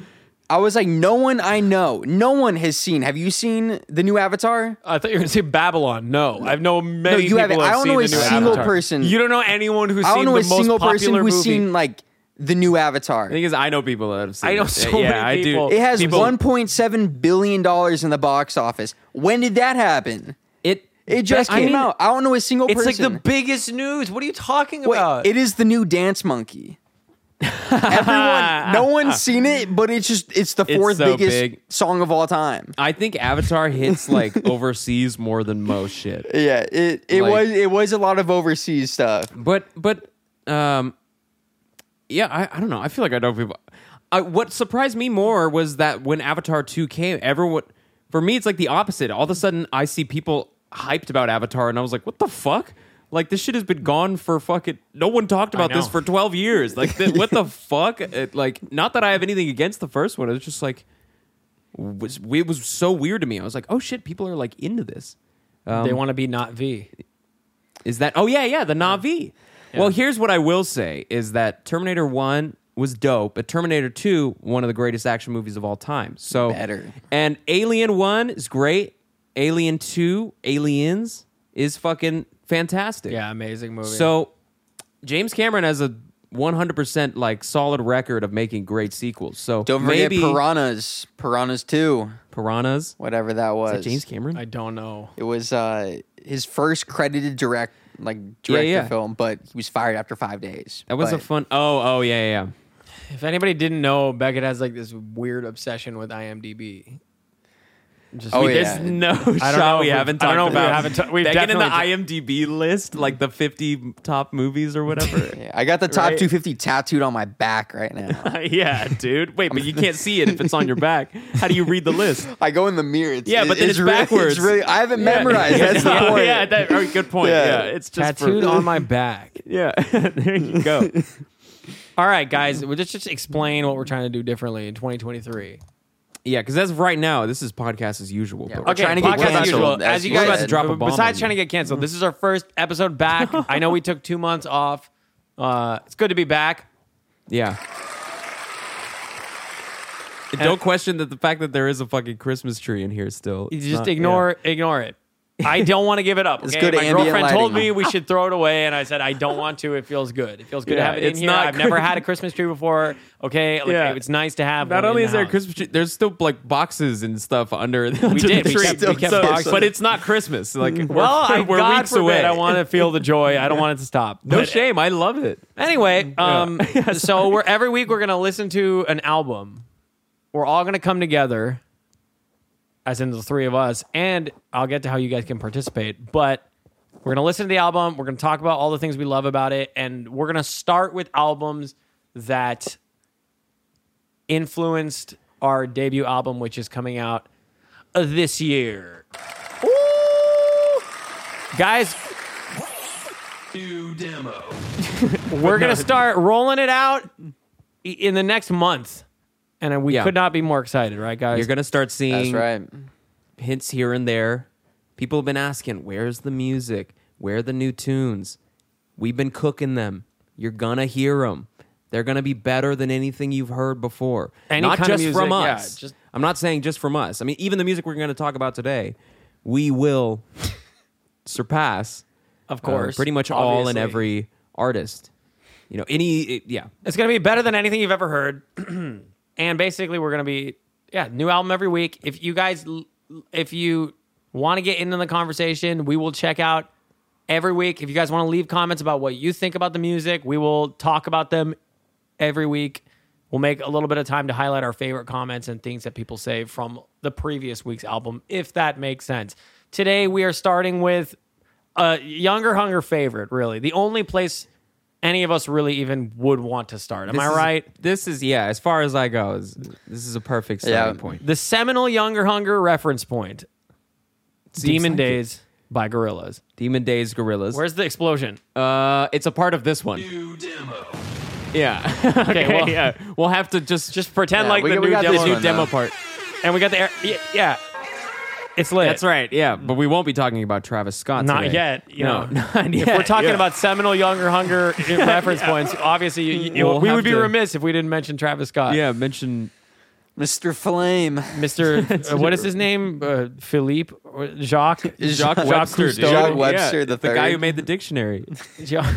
[SPEAKER 2] I was like, no one I know, no one has seen. Have you seen the new Avatar?
[SPEAKER 1] I thought you were going to say Babylon. No, I've know many
[SPEAKER 2] No, you
[SPEAKER 1] people.
[SPEAKER 2] haven't.
[SPEAKER 1] who Have
[SPEAKER 2] I don't
[SPEAKER 1] seen
[SPEAKER 2] know
[SPEAKER 1] the
[SPEAKER 2] a
[SPEAKER 1] new
[SPEAKER 2] single
[SPEAKER 1] Avatar.
[SPEAKER 2] person-
[SPEAKER 1] You don't know anyone who's
[SPEAKER 2] I
[SPEAKER 1] seen
[SPEAKER 2] don't know
[SPEAKER 1] the
[SPEAKER 2] a
[SPEAKER 1] most
[SPEAKER 2] single person
[SPEAKER 1] popular
[SPEAKER 2] who's
[SPEAKER 1] movie.
[SPEAKER 2] seen like the new Avatar.
[SPEAKER 3] The thing is, I know people that have seen.
[SPEAKER 1] I know
[SPEAKER 3] it.
[SPEAKER 1] so
[SPEAKER 3] yeah,
[SPEAKER 1] many
[SPEAKER 3] I do.
[SPEAKER 1] people.
[SPEAKER 2] It has
[SPEAKER 1] People-
[SPEAKER 2] 1.7 billion dollars in the box office. When did that happen?
[SPEAKER 3] It.
[SPEAKER 2] It just
[SPEAKER 3] I
[SPEAKER 2] came
[SPEAKER 3] mean,
[SPEAKER 2] out. I don't know a single
[SPEAKER 1] it's
[SPEAKER 2] person.
[SPEAKER 1] like the biggest news. What are you talking
[SPEAKER 2] Wait,
[SPEAKER 1] about?
[SPEAKER 2] it is the new Dance Monkey. Everyone, no one's seen it, but it's just it's the
[SPEAKER 3] It's
[SPEAKER 2] fourth
[SPEAKER 3] so
[SPEAKER 2] biggest
[SPEAKER 3] big.
[SPEAKER 2] song of all time.
[SPEAKER 3] I think Avatar hits like overseas more than most shit.
[SPEAKER 2] Yeah, it it
[SPEAKER 3] Like-
[SPEAKER 2] was it was a lot of overseas stuff.
[SPEAKER 3] But but um, yeah, I, I don't know. I feel like I know people. I, what surprised me more was that when Avatar two came, everyone for me it's like the opposite. All of a sudden, I see people hyped about Avatar, and I was like, what the fuck? Like this shit has been gone for fucking. No one talked about this
[SPEAKER 1] know.
[SPEAKER 3] for twelve years. Like th- what the fuck? It, like not that I have anything against the first one. It's just like was it was so weird to me. I was like, oh shit, people are like into this.
[SPEAKER 1] they want to be not V.
[SPEAKER 3] Is that? Oh yeah, yeah, the Navi. Well, here's what I will say is that Terminator 1 was dope, but Terminator 2 one of the greatest action movies of all time. So
[SPEAKER 2] Better.
[SPEAKER 3] And Alien 1 is great. Alien 2, Aliens is fucking fantastic.
[SPEAKER 1] Yeah, amazing movie.
[SPEAKER 3] So James Cameron has a 100% like solid record of making great sequels. So
[SPEAKER 2] Don't forget
[SPEAKER 3] maybe
[SPEAKER 2] Piranhas, Piranhas Two,
[SPEAKER 3] Piranhas.
[SPEAKER 2] whatever that was.
[SPEAKER 3] James Cameron?
[SPEAKER 1] I don't know.
[SPEAKER 2] It was uh, his first credited direct like direct
[SPEAKER 3] yeah.
[SPEAKER 2] the film, but he was fired after five days.
[SPEAKER 3] That was a
[SPEAKER 2] But
[SPEAKER 3] fun. Oh, oh yeah, yeah, yeah.
[SPEAKER 1] If anybody didn't know, Beckett has like this weird obsession with IMDb. Just,
[SPEAKER 2] Oh,
[SPEAKER 1] we-
[SPEAKER 2] yeah.
[SPEAKER 3] There's no I
[SPEAKER 1] know if
[SPEAKER 3] we
[SPEAKER 1] we've-
[SPEAKER 3] haven't.
[SPEAKER 1] I don't
[SPEAKER 3] Talked
[SPEAKER 1] know if we
[SPEAKER 3] about.
[SPEAKER 1] haven't ta- we've
[SPEAKER 3] Begging in the
[SPEAKER 1] definitely
[SPEAKER 3] IMDb list, like the 50 top movies or whatever.
[SPEAKER 2] yeah, I got the top
[SPEAKER 1] Right.
[SPEAKER 2] 250 tattooed on my back right now.
[SPEAKER 3] yeah, dude. Wait, but you can't see it if it's on your back. How do you read the list?
[SPEAKER 2] I go in the mirror. It's,
[SPEAKER 3] Yeah, but then it's
[SPEAKER 2] really-
[SPEAKER 3] backwards.
[SPEAKER 2] really, I haven't memorized. That's the
[SPEAKER 3] yeah,
[SPEAKER 2] point.
[SPEAKER 3] Yeah, that, all right, good point. Yeah,
[SPEAKER 2] Yeah.
[SPEAKER 3] it's just
[SPEAKER 1] tattooed
[SPEAKER 3] for,
[SPEAKER 1] on my back.
[SPEAKER 3] Yeah, there you go.
[SPEAKER 1] All right, guys, we'll just, just explain what we're trying to do differently in 2023.
[SPEAKER 3] yeah, because that's right now. This is podcast as usual.
[SPEAKER 2] Yeah,
[SPEAKER 3] but
[SPEAKER 2] we're
[SPEAKER 3] we're-
[SPEAKER 2] trying to get
[SPEAKER 1] podcast as
[SPEAKER 2] canceled,
[SPEAKER 1] usual.
[SPEAKER 2] as
[SPEAKER 1] As you
[SPEAKER 2] you
[SPEAKER 1] guys
[SPEAKER 2] said. We're about to
[SPEAKER 3] drop a bomb on
[SPEAKER 1] Besides
[SPEAKER 3] you.
[SPEAKER 1] trying to get canceled, this is our first episode back. I know we took two months off. Uh, it's good to be back.
[SPEAKER 3] yeah. And don't question that the fact that there is a fucking Christmas tree in here still.
[SPEAKER 1] You
[SPEAKER 3] It's
[SPEAKER 1] just
[SPEAKER 3] not-
[SPEAKER 1] ignore ignore it. I don't want to give it up.
[SPEAKER 2] It's
[SPEAKER 1] okay?
[SPEAKER 2] good
[SPEAKER 1] My
[SPEAKER 2] ambient
[SPEAKER 1] girlfriend told
[SPEAKER 2] lighting.
[SPEAKER 1] me we should throw it away, and I said I don't want to. It feels good. It feels good to
[SPEAKER 3] Yeah,
[SPEAKER 1] have it in
[SPEAKER 3] it's
[SPEAKER 1] here.
[SPEAKER 3] not
[SPEAKER 1] I've never
[SPEAKER 3] good.
[SPEAKER 1] had a Christmas tree before. Okay, like,
[SPEAKER 3] Yeah.
[SPEAKER 1] it's nice to have.
[SPEAKER 3] Not
[SPEAKER 1] one
[SPEAKER 3] only
[SPEAKER 1] in
[SPEAKER 3] is
[SPEAKER 1] the
[SPEAKER 3] there a
[SPEAKER 1] house.
[SPEAKER 3] Christmas tree, there's still like boxes and stuff under, under
[SPEAKER 1] did.
[SPEAKER 3] the
[SPEAKER 1] We
[SPEAKER 3] tree.
[SPEAKER 1] kept- we kept boxes.
[SPEAKER 3] But it's not Christmas. Like we're,
[SPEAKER 1] Well, I,
[SPEAKER 3] we're
[SPEAKER 1] God
[SPEAKER 3] weeks
[SPEAKER 1] forbid,
[SPEAKER 3] away.
[SPEAKER 1] I want to feel the joy. I don't want it to stop.
[SPEAKER 3] no
[SPEAKER 1] But
[SPEAKER 3] shame. I love it.
[SPEAKER 1] Anyway, um, so we're every week we're gonna listen to an album. We're all gonna come together, as in the three of us, and I'll get to how you guys can participate. But we're gonna listen to the album. We're gonna talk about all the things we love about it, and we're gonna start with albums that influenced our debut album, which is coming out uh, this year. Woo! Guys,
[SPEAKER 4] New demo.
[SPEAKER 1] we're gonna start rolling it out i- in the next month, and we
[SPEAKER 3] Yeah.
[SPEAKER 1] could not be more excited, right, guys?
[SPEAKER 3] You're gonna start
[SPEAKER 2] That's
[SPEAKER 3] seeing
[SPEAKER 2] right.
[SPEAKER 3] hints here and there. People have been asking, "Where's the music? Where are the new tunes?" We've been cooking them. You're gonna hear them. They're gonna be better than anything you've heard before.
[SPEAKER 1] Any
[SPEAKER 3] not
[SPEAKER 1] kind
[SPEAKER 3] just
[SPEAKER 1] of music,
[SPEAKER 3] from
[SPEAKER 1] yeah,
[SPEAKER 3] us.
[SPEAKER 1] just-
[SPEAKER 3] I'm not saying just from us. I mean, even the music we're gonna talk about today, we will surpass
[SPEAKER 1] of
[SPEAKER 3] uh,
[SPEAKER 1] course,
[SPEAKER 3] pretty much all and
[SPEAKER 1] obviously.
[SPEAKER 3] every artist. You know, any it- yeah.
[SPEAKER 1] It's gonna be better than anything you've ever heard, and basically, we're gonna be yeah, new album every week. If you guys, l- if you want to get into the conversation, we will check out every week. If you guys want to leave comments about what you think about the music, we will talk about them every week. We'll make a little bit of time to highlight our favorite comments and things that people say from the previous week's album, if that makes sense. Today, we are starting with a younger hunger favorite, really. The only place any of us really even would want to start. Am
[SPEAKER 3] This
[SPEAKER 1] I
[SPEAKER 3] is-
[SPEAKER 1] right?
[SPEAKER 3] This is yeah. As far as I go, is- this is a perfect starting
[SPEAKER 2] Yeah.
[SPEAKER 3] point.
[SPEAKER 1] The seminal younger hunger reference point
[SPEAKER 3] Seems
[SPEAKER 1] Demon
[SPEAKER 3] like it.
[SPEAKER 1] Days by Gorillaz.
[SPEAKER 3] Demon Days, Gorillas.
[SPEAKER 1] Where's the explosion?
[SPEAKER 3] Uh, it's a part of this one.
[SPEAKER 4] New demo.
[SPEAKER 3] Yeah. okay.
[SPEAKER 1] well-
[SPEAKER 3] yeah. We'll have to just
[SPEAKER 1] Just pretend
[SPEAKER 2] Yeah,
[SPEAKER 1] like
[SPEAKER 2] we
[SPEAKER 1] the
[SPEAKER 2] got- we
[SPEAKER 1] new
[SPEAKER 2] got
[SPEAKER 1] demo.
[SPEAKER 2] this
[SPEAKER 3] new
[SPEAKER 2] one,
[SPEAKER 3] demo
[SPEAKER 2] though.
[SPEAKER 3] part.
[SPEAKER 1] And we got the air. Yeah. yeah. It's lit.
[SPEAKER 3] That's right. Yeah, but we won't be talking about Travis Scott.
[SPEAKER 1] Not
[SPEAKER 3] today.
[SPEAKER 1] yet, you
[SPEAKER 3] no,
[SPEAKER 1] know.
[SPEAKER 3] not yet.
[SPEAKER 1] If we're talking
[SPEAKER 3] yeah.
[SPEAKER 1] about seminal younger hunger reference points, obviously you, you-
[SPEAKER 3] We'll
[SPEAKER 1] we
[SPEAKER 3] have
[SPEAKER 1] would be
[SPEAKER 3] to-
[SPEAKER 1] remiss if we didn't mention Travis Scott.
[SPEAKER 3] yeah, mention
[SPEAKER 2] Mr. Flame.
[SPEAKER 1] Mr. uh, what is his name? Uh, Philippe or Jacques
[SPEAKER 3] Jacques Webster. dude.
[SPEAKER 1] Cousteau.
[SPEAKER 2] Jacques Webster
[SPEAKER 3] yeah,
[SPEAKER 2] the
[SPEAKER 3] the guy
[SPEAKER 2] third.
[SPEAKER 3] who made the dictionary.
[SPEAKER 1] Jacques-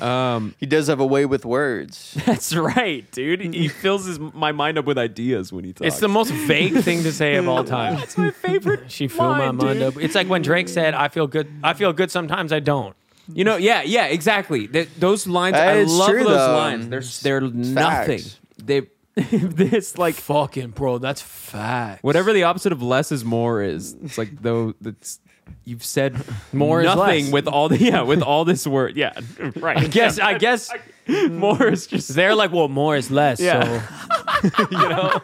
[SPEAKER 3] Um,
[SPEAKER 2] He does have a way with words.
[SPEAKER 3] that's right, dude. He fills his my mind up with ideas when he talks.
[SPEAKER 1] it's the most vague thing to say of all time.
[SPEAKER 3] That's my favorite.
[SPEAKER 1] She filled my
[SPEAKER 3] line,
[SPEAKER 1] mind
[SPEAKER 3] dude.
[SPEAKER 1] up. It's like when Drake said, "I feel good. I feel good sometimes. I don't."
[SPEAKER 3] You know, yeah, yeah, exactly. Th- those lines, I
[SPEAKER 2] It's
[SPEAKER 3] love
[SPEAKER 2] true,
[SPEAKER 3] those
[SPEAKER 2] though.
[SPEAKER 3] lines. They're they're nothing.
[SPEAKER 2] facts.
[SPEAKER 3] They this like
[SPEAKER 1] fucking bro, that's fact.
[SPEAKER 3] whatever the opposite of less is more is. It's like though that's you've said
[SPEAKER 1] More is
[SPEAKER 3] nothing
[SPEAKER 1] less.
[SPEAKER 3] with all the yeah with all this word yeah right. I
[SPEAKER 1] guess I guess
[SPEAKER 3] more is just
[SPEAKER 1] they're like, well, more is less.
[SPEAKER 3] Yeah.
[SPEAKER 1] So you know.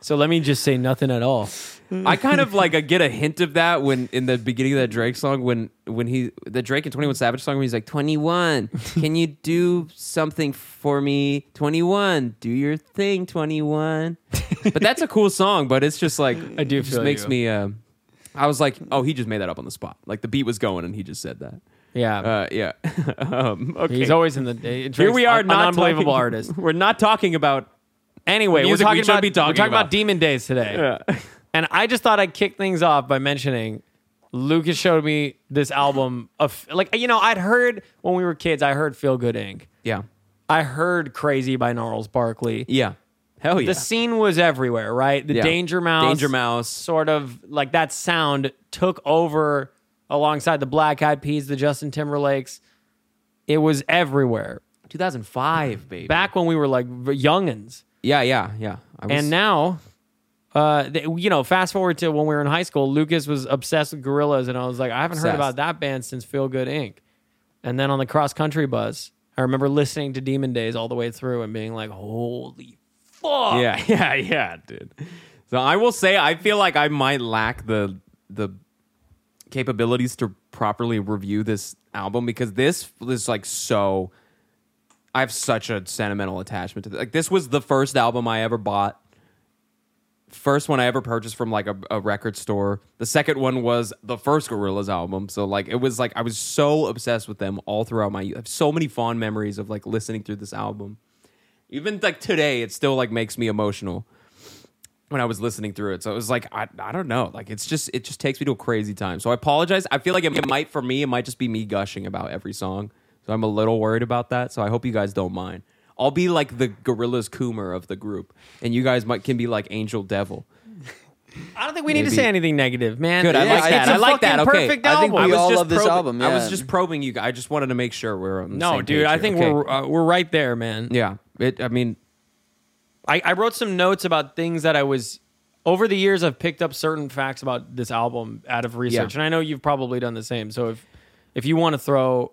[SPEAKER 1] So let me just say nothing at all.
[SPEAKER 3] I kind of like I get a hint of that when in the beginning of that Drake song when when he the Drake and Twenty One Savage song when he's like Twenty One, can you do something for me? Twenty One, do your thing, Twenty One. But that's a cool song, but it's just like I
[SPEAKER 1] do
[SPEAKER 3] It just
[SPEAKER 1] feel
[SPEAKER 3] makes
[SPEAKER 1] you.
[SPEAKER 3] me. Uh, I was like, oh, he just made that up on the spot. Like the beat was going and he just said that.
[SPEAKER 1] Yeah.
[SPEAKER 3] Uh, yeah. um, okay.
[SPEAKER 1] He's always in the. Drake's
[SPEAKER 3] Here we are,
[SPEAKER 1] an
[SPEAKER 3] not
[SPEAKER 1] unbelievable
[SPEAKER 3] talking-
[SPEAKER 1] artist.
[SPEAKER 3] We're not talking about.
[SPEAKER 1] Anyway, we're
[SPEAKER 3] Music
[SPEAKER 1] talking
[SPEAKER 3] we should
[SPEAKER 1] about
[SPEAKER 3] be talking
[SPEAKER 1] we're talking about.
[SPEAKER 3] about.
[SPEAKER 1] Demon Days today,
[SPEAKER 3] Yeah.
[SPEAKER 1] and I just thought I'd kick things off by mentioning Lucas showed me this album of like you know I'd heard when we were kids I heard Feel Good Inc.
[SPEAKER 3] Yeah.
[SPEAKER 1] I heard Crazy by Gnarls Barkley.
[SPEAKER 3] Yeah. Hell Oh, yeah.
[SPEAKER 1] The scene was everywhere, right? The
[SPEAKER 3] Yeah.
[SPEAKER 1] Danger Mouse,
[SPEAKER 3] Danger Mouse.
[SPEAKER 1] sort of like that sound took over alongside the Black Eyed Peas, the Justin Timberlakes. It was everywhere
[SPEAKER 3] 2005, baby.
[SPEAKER 1] back when we were like v- youngins,
[SPEAKER 3] Yeah, yeah, yeah. I was,
[SPEAKER 1] and now. Uh, th- you know, fast forward to when we were in high school, Lucas was obsessed with gorillas, and I was like, I haven't heard
[SPEAKER 3] Obsessed.
[SPEAKER 1] about that band since Feel Good Inc. And then on the cross country bus, I remember listening to Demon Days all the way through and being like, holy fuck.
[SPEAKER 3] yeah, yeah, yeah, dude. So I will say, I feel like I might lack the the capabilities to properly review this album because this is like so. I have such a sentimental attachment to this. Like this was the first album I ever bought. First one I ever purchased from like a, a record store. The second one was the first Gorillaz album. So like it was like I was so obsessed with them all throughout my. youth. I have so many fond memories of like listening through this album even like today it still like makes me emotional when i was listening through it so it was like i, I don't know like it's just it just takes me to a crazy time so i apologize i feel like it, it might for me it might just be me gushing about every song so i'm a little worried about that so i hope you guys don't mind i'll be like the gorillas coomer of the group and you guys might can be like angel devil
[SPEAKER 1] I don't think we need to
[SPEAKER 3] Maybe.
[SPEAKER 1] say anything negative, man.
[SPEAKER 3] good i
[SPEAKER 2] Yeah,
[SPEAKER 3] like
[SPEAKER 2] I
[SPEAKER 3] that
[SPEAKER 2] think
[SPEAKER 3] i like that okay
[SPEAKER 1] Perfect
[SPEAKER 3] i
[SPEAKER 1] album.
[SPEAKER 3] think
[SPEAKER 2] we
[SPEAKER 3] I was
[SPEAKER 2] all
[SPEAKER 3] just
[SPEAKER 2] love this
[SPEAKER 3] probing-
[SPEAKER 2] album,
[SPEAKER 3] i was
[SPEAKER 2] yeah.
[SPEAKER 3] just probing you guys i just wanted to make sure we are on the
[SPEAKER 1] no,
[SPEAKER 3] same
[SPEAKER 1] dude,
[SPEAKER 3] page
[SPEAKER 1] I
[SPEAKER 3] here.
[SPEAKER 1] think
[SPEAKER 3] Okay.
[SPEAKER 1] we're uh, we're right there, man.
[SPEAKER 3] yeah it i mean
[SPEAKER 1] I, I wrote some notes about things that I was over the years. I've picked up certain facts about this album out of research,
[SPEAKER 3] Yeah.
[SPEAKER 1] and I know you've probably done the same. So if if you want to throw,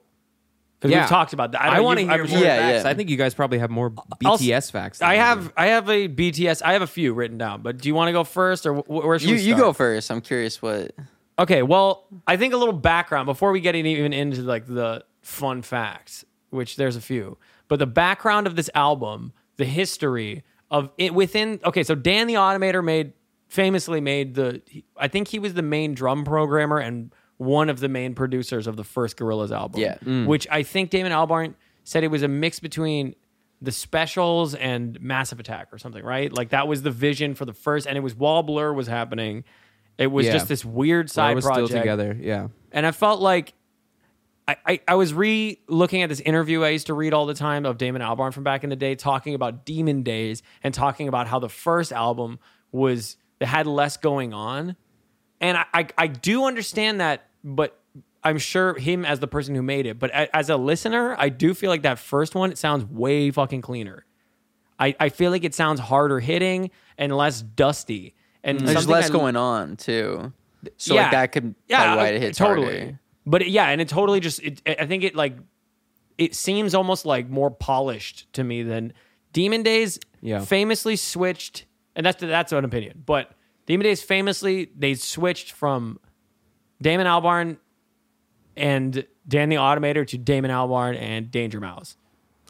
[SPEAKER 1] because
[SPEAKER 3] Yeah.
[SPEAKER 1] we've talked about that,
[SPEAKER 3] I,
[SPEAKER 1] know
[SPEAKER 3] want to
[SPEAKER 1] you've-
[SPEAKER 3] hear
[SPEAKER 1] I'm
[SPEAKER 3] more
[SPEAKER 1] sure-
[SPEAKER 2] Yeah,
[SPEAKER 3] facts.
[SPEAKER 2] yeah.
[SPEAKER 3] I think you guys probably have more
[SPEAKER 1] I'll-
[SPEAKER 3] BTS facts. than
[SPEAKER 1] I
[SPEAKER 3] do.
[SPEAKER 1] have I have a BTS. I have a few written down, but do you want to go first or wh- wh- where should
[SPEAKER 2] You
[SPEAKER 1] we
[SPEAKER 2] you
[SPEAKER 1] start?
[SPEAKER 2] go first. I'm curious what.
[SPEAKER 1] Okay, well, I think a little background before we get any- even into like the fun facts, which there's a few. But the background of this album, the history of it within Okay, so Dan the Automator made famously made the he- I think he was the main drum programmer and one of the main producers of the first Gorillaz album.
[SPEAKER 2] Yeah.
[SPEAKER 1] Which I think Damon Albarn said it was a mix between the specials and Massive Attack or something, right? Like that was the vision for the first and it was Wall Blur was happening. It was
[SPEAKER 3] Yeah.
[SPEAKER 1] just this weird
[SPEAKER 3] I
[SPEAKER 1] side
[SPEAKER 3] was
[SPEAKER 1] project.
[SPEAKER 3] still together. Yeah.
[SPEAKER 1] And I felt like I, I, I was re looking at this interview I used to read all the time of Damon Albarn from back in the day talking about Demon Days and talking about how the first album was that had less going on. And I, I, I do understand that, but I'm sure him as the person who made it, but a, as a listener, I do feel like that first one, it sounds way fucking cleaner. I, I feel like it sounds harder hitting and less dusty. And
[SPEAKER 2] There's
[SPEAKER 1] something
[SPEAKER 2] less
[SPEAKER 1] I-
[SPEAKER 2] going on too. So like that could
[SPEAKER 1] Yeah,
[SPEAKER 2] probably why
[SPEAKER 1] uh,
[SPEAKER 2] it hits
[SPEAKER 1] totally.
[SPEAKER 2] harder.
[SPEAKER 1] But it- yeah, and it totally just it, I I think it like it seems almost like more polished to me than Demon Days.
[SPEAKER 3] Yeah.
[SPEAKER 1] famously switched, and that's that's an opinion. But Demon Days famously they switched from Damon Albarn and Dan the Automator to Damon Albarn and Danger Mouse,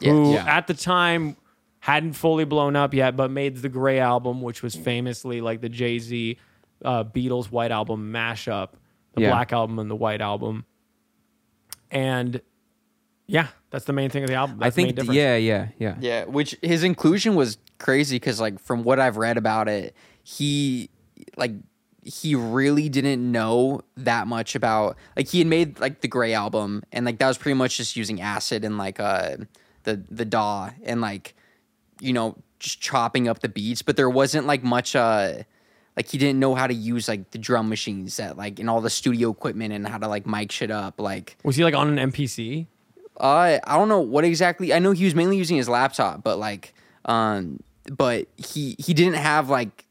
[SPEAKER 1] who
[SPEAKER 3] Yeah.
[SPEAKER 1] at the time hadn't fully blown up yet, but made the Gray album, which was famously like the Jay Z uh, Beatles White Album mashup, the
[SPEAKER 3] Yeah.
[SPEAKER 1] Black Album and the White Album. And yeah, that's the main thing of the album.
[SPEAKER 3] I
[SPEAKER 1] That's the main
[SPEAKER 3] think,
[SPEAKER 1] difference.
[SPEAKER 3] yeah, yeah, yeah.
[SPEAKER 2] Yeah, which his inclusion was crazy because, like, from what I've read about it, he like he really didn't know that much about like he had made like the Gray album and like that was pretty much just using acid and like uh the the Daw and like you know just chopping up the beats, but there wasn't like much uh like he didn't know how to use like the drum machines that like and all the studio equipment and how to like mic shit up like
[SPEAKER 1] Was he like on an MPC?
[SPEAKER 2] uh, I don't know what exactly. I know he was mainly using his laptop, but like, um, but he he didn't have like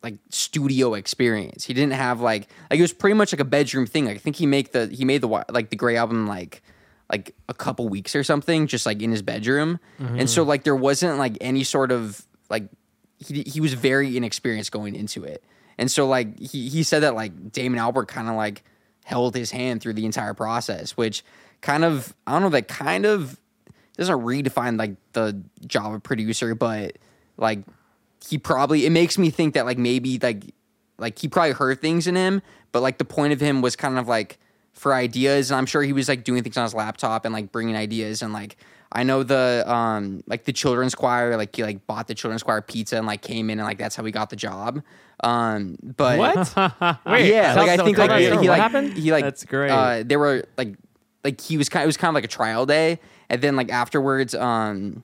[SPEAKER 2] like studio experience. He didn't have like like it was pretty much like a bedroom thing. Like, I think he make the he made the wi- like the Gray album like like a couple weeks or something, just like in his bedroom. And so like there wasn't like any sort of like he he was very inexperienced going into it. And so like he he said that like Damon Albert kind of like held his hand through the entire process, which kind of I don't know that kind of doesn't redefine like the job of producer, but like he probably it makes me think that like maybe like like he probably heard things in him, but like the point of him was kind of like for ideas, and I'm sure he was like doing things on his laptop and like bringing ideas and like I know the um like the children's choir like he like bought the children's choir pizza and like came in and like that's how he got the job. Um, but
[SPEAKER 1] Wait,
[SPEAKER 2] yeah, like I
[SPEAKER 1] sounds-
[SPEAKER 2] think
[SPEAKER 1] sounds
[SPEAKER 2] like
[SPEAKER 1] kind
[SPEAKER 2] he,
[SPEAKER 1] of
[SPEAKER 2] he,
[SPEAKER 1] what
[SPEAKER 2] like
[SPEAKER 1] happened?
[SPEAKER 2] he like
[SPEAKER 3] That's great.
[SPEAKER 2] Uh, they were like like he was kind it was kind of like a trial day, and then like afterwards, um,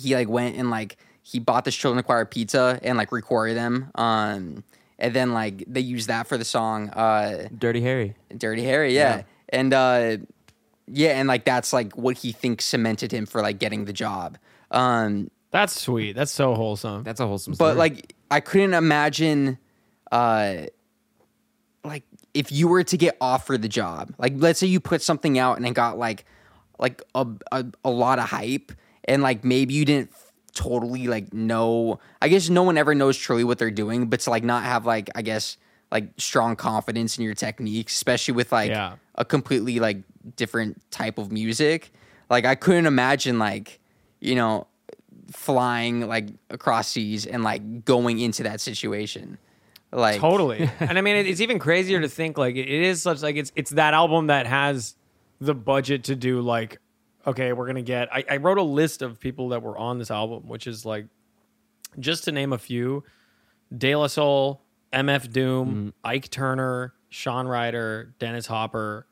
[SPEAKER 2] he like went and like he bought this children choir pizza and like recorded them, um, and then like they use that for the song uh,
[SPEAKER 3] Dirty Harry.
[SPEAKER 2] Dirty Harry, yeah. And uh yeah, and like that's like what he thinks cemented him for like getting the job. Um
[SPEAKER 1] That's sweet. That's so wholesome.
[SPEAKER 3] That's a wholesome.
[SPEAKER 2] but
[SPEAKER 3] story.
[SPEAKER 2] like I couldn't imagine uh like if you were to get offered the job. Like let's say you put something out and it got like like a a, a lot of hype and like maybe you didn't totally like know I guess no one ever knows truly what they're doing, but to like not have like I guess like strong confidence in your technique, especially with like
[SPEAKER 1] Yeah.
[SPEAKER 2] a completely like different type of music. Like I couldn't imagine like, you know, flying like across seas and like going into that situation. Like
[SPEAKER 1] totally and i mean it, it's even crazier to think like it is such like it's it's that album that has the budget to do like okay we're gonna get I, I wrote a list of people that were on this album which is like just to name a few de la soul mf
[SPEAKER 3] Mm-hmm.
[SPEAKER 1] doom ike turner sean ryder dennis hopper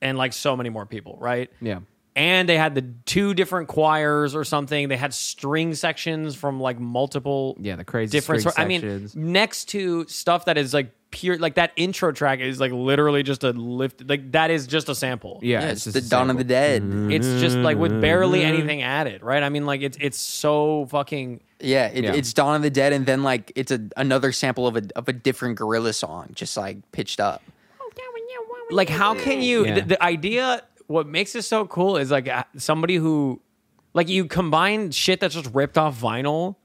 [SPEAKER 1] and like so many more people right
[SPEAKER 3] yeah,
[SPEAKER 1] and they had the two different choirs or something. They had string sections from like multiple
[SPEAKER 3] Yeah, the crazy
[SPEAKER 1] different.
[SPEAKER 3] string
[SPEAKER 1] sor- I mean,
[SPEAKER 3] sections.
[SPEAKER 1] next to stuff that is like pure, like that intro track is like literally just a lift. Like that is just a sample.
[SPEAKER 3] yeah.
[SPEAKER 2] yeah,
[SPEAKER 3] it's
[SPEAKER 2] it's
[SPEAKER 3] just
[SPEAKER 2] the dawn of the dead.
[SPEAKER 1] it's just like with barely anything added, right? I mean, like it's it's so fucking
[SPEAKER 2] Yeah, it,
[SPEAKER 3] Yeah.
[SPEAKER 2] it's Dawn of the Dead, and then like it's a, another sample of a of a different gorilla song, just like pitched up.
[SPEAKER 1] like how can you
[SPEAKER 3] Yeah.
[SPEAKER 1] the, the idea what makes it so cool is like uh, somebody who like you combine shit that's just ripped off vinyl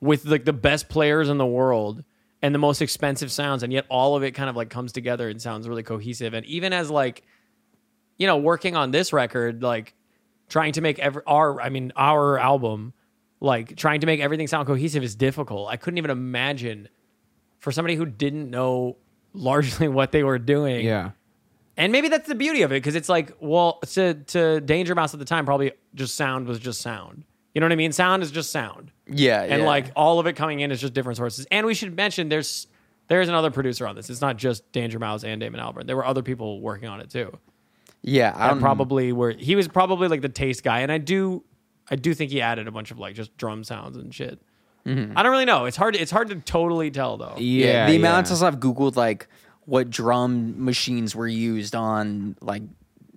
[SPEAKER 1] with like the best players in the world and the most expensive sounds and yet all of it kind of like comes together and sounds really cohesive and even as like you know working on this record like trying to make every our i mean our album like trying to make everything sound cohesive is difficult i couldn't even imagine for somebody who didn't know largely what they were doing
[SPEAKER 3] yeah.
[SPEAKER 1] and maybe that's the beauty of it because it's like, well, to to Danger Mouse at the time, probably just sound was just sound. You know what I mean? Sound is just sound,
[SPEAKER 2] Yeah,
[SPEAKER 1] and
[SPEAKER 2] yeah.
[SPEAKER 1] like all of it coming in is just different sources. And we should mention there's there's another producer on this. It's not just Danger Mouse and Damon Albert. There were other people working on it too.
[SPEAKER 2] yeah, I
[SPEAKER 1] That
[SPEAKER 2] don't
[SPEAKER 1] probably were he was probably like the taste guy, and I do I do think he added a bunch of like just drum sounds and shit.
[SPEAKER 2] Mm-hmm.
[SPEAKER 1] I don't really know. It's hard. It's hard to totally tell though.
[SPEAKER 3] Yeah,
[SPEAKER 2] the amount
[SPEAKER 3] yeah.
[SPEAKER 2] of times I've googled like what drum machines were used on like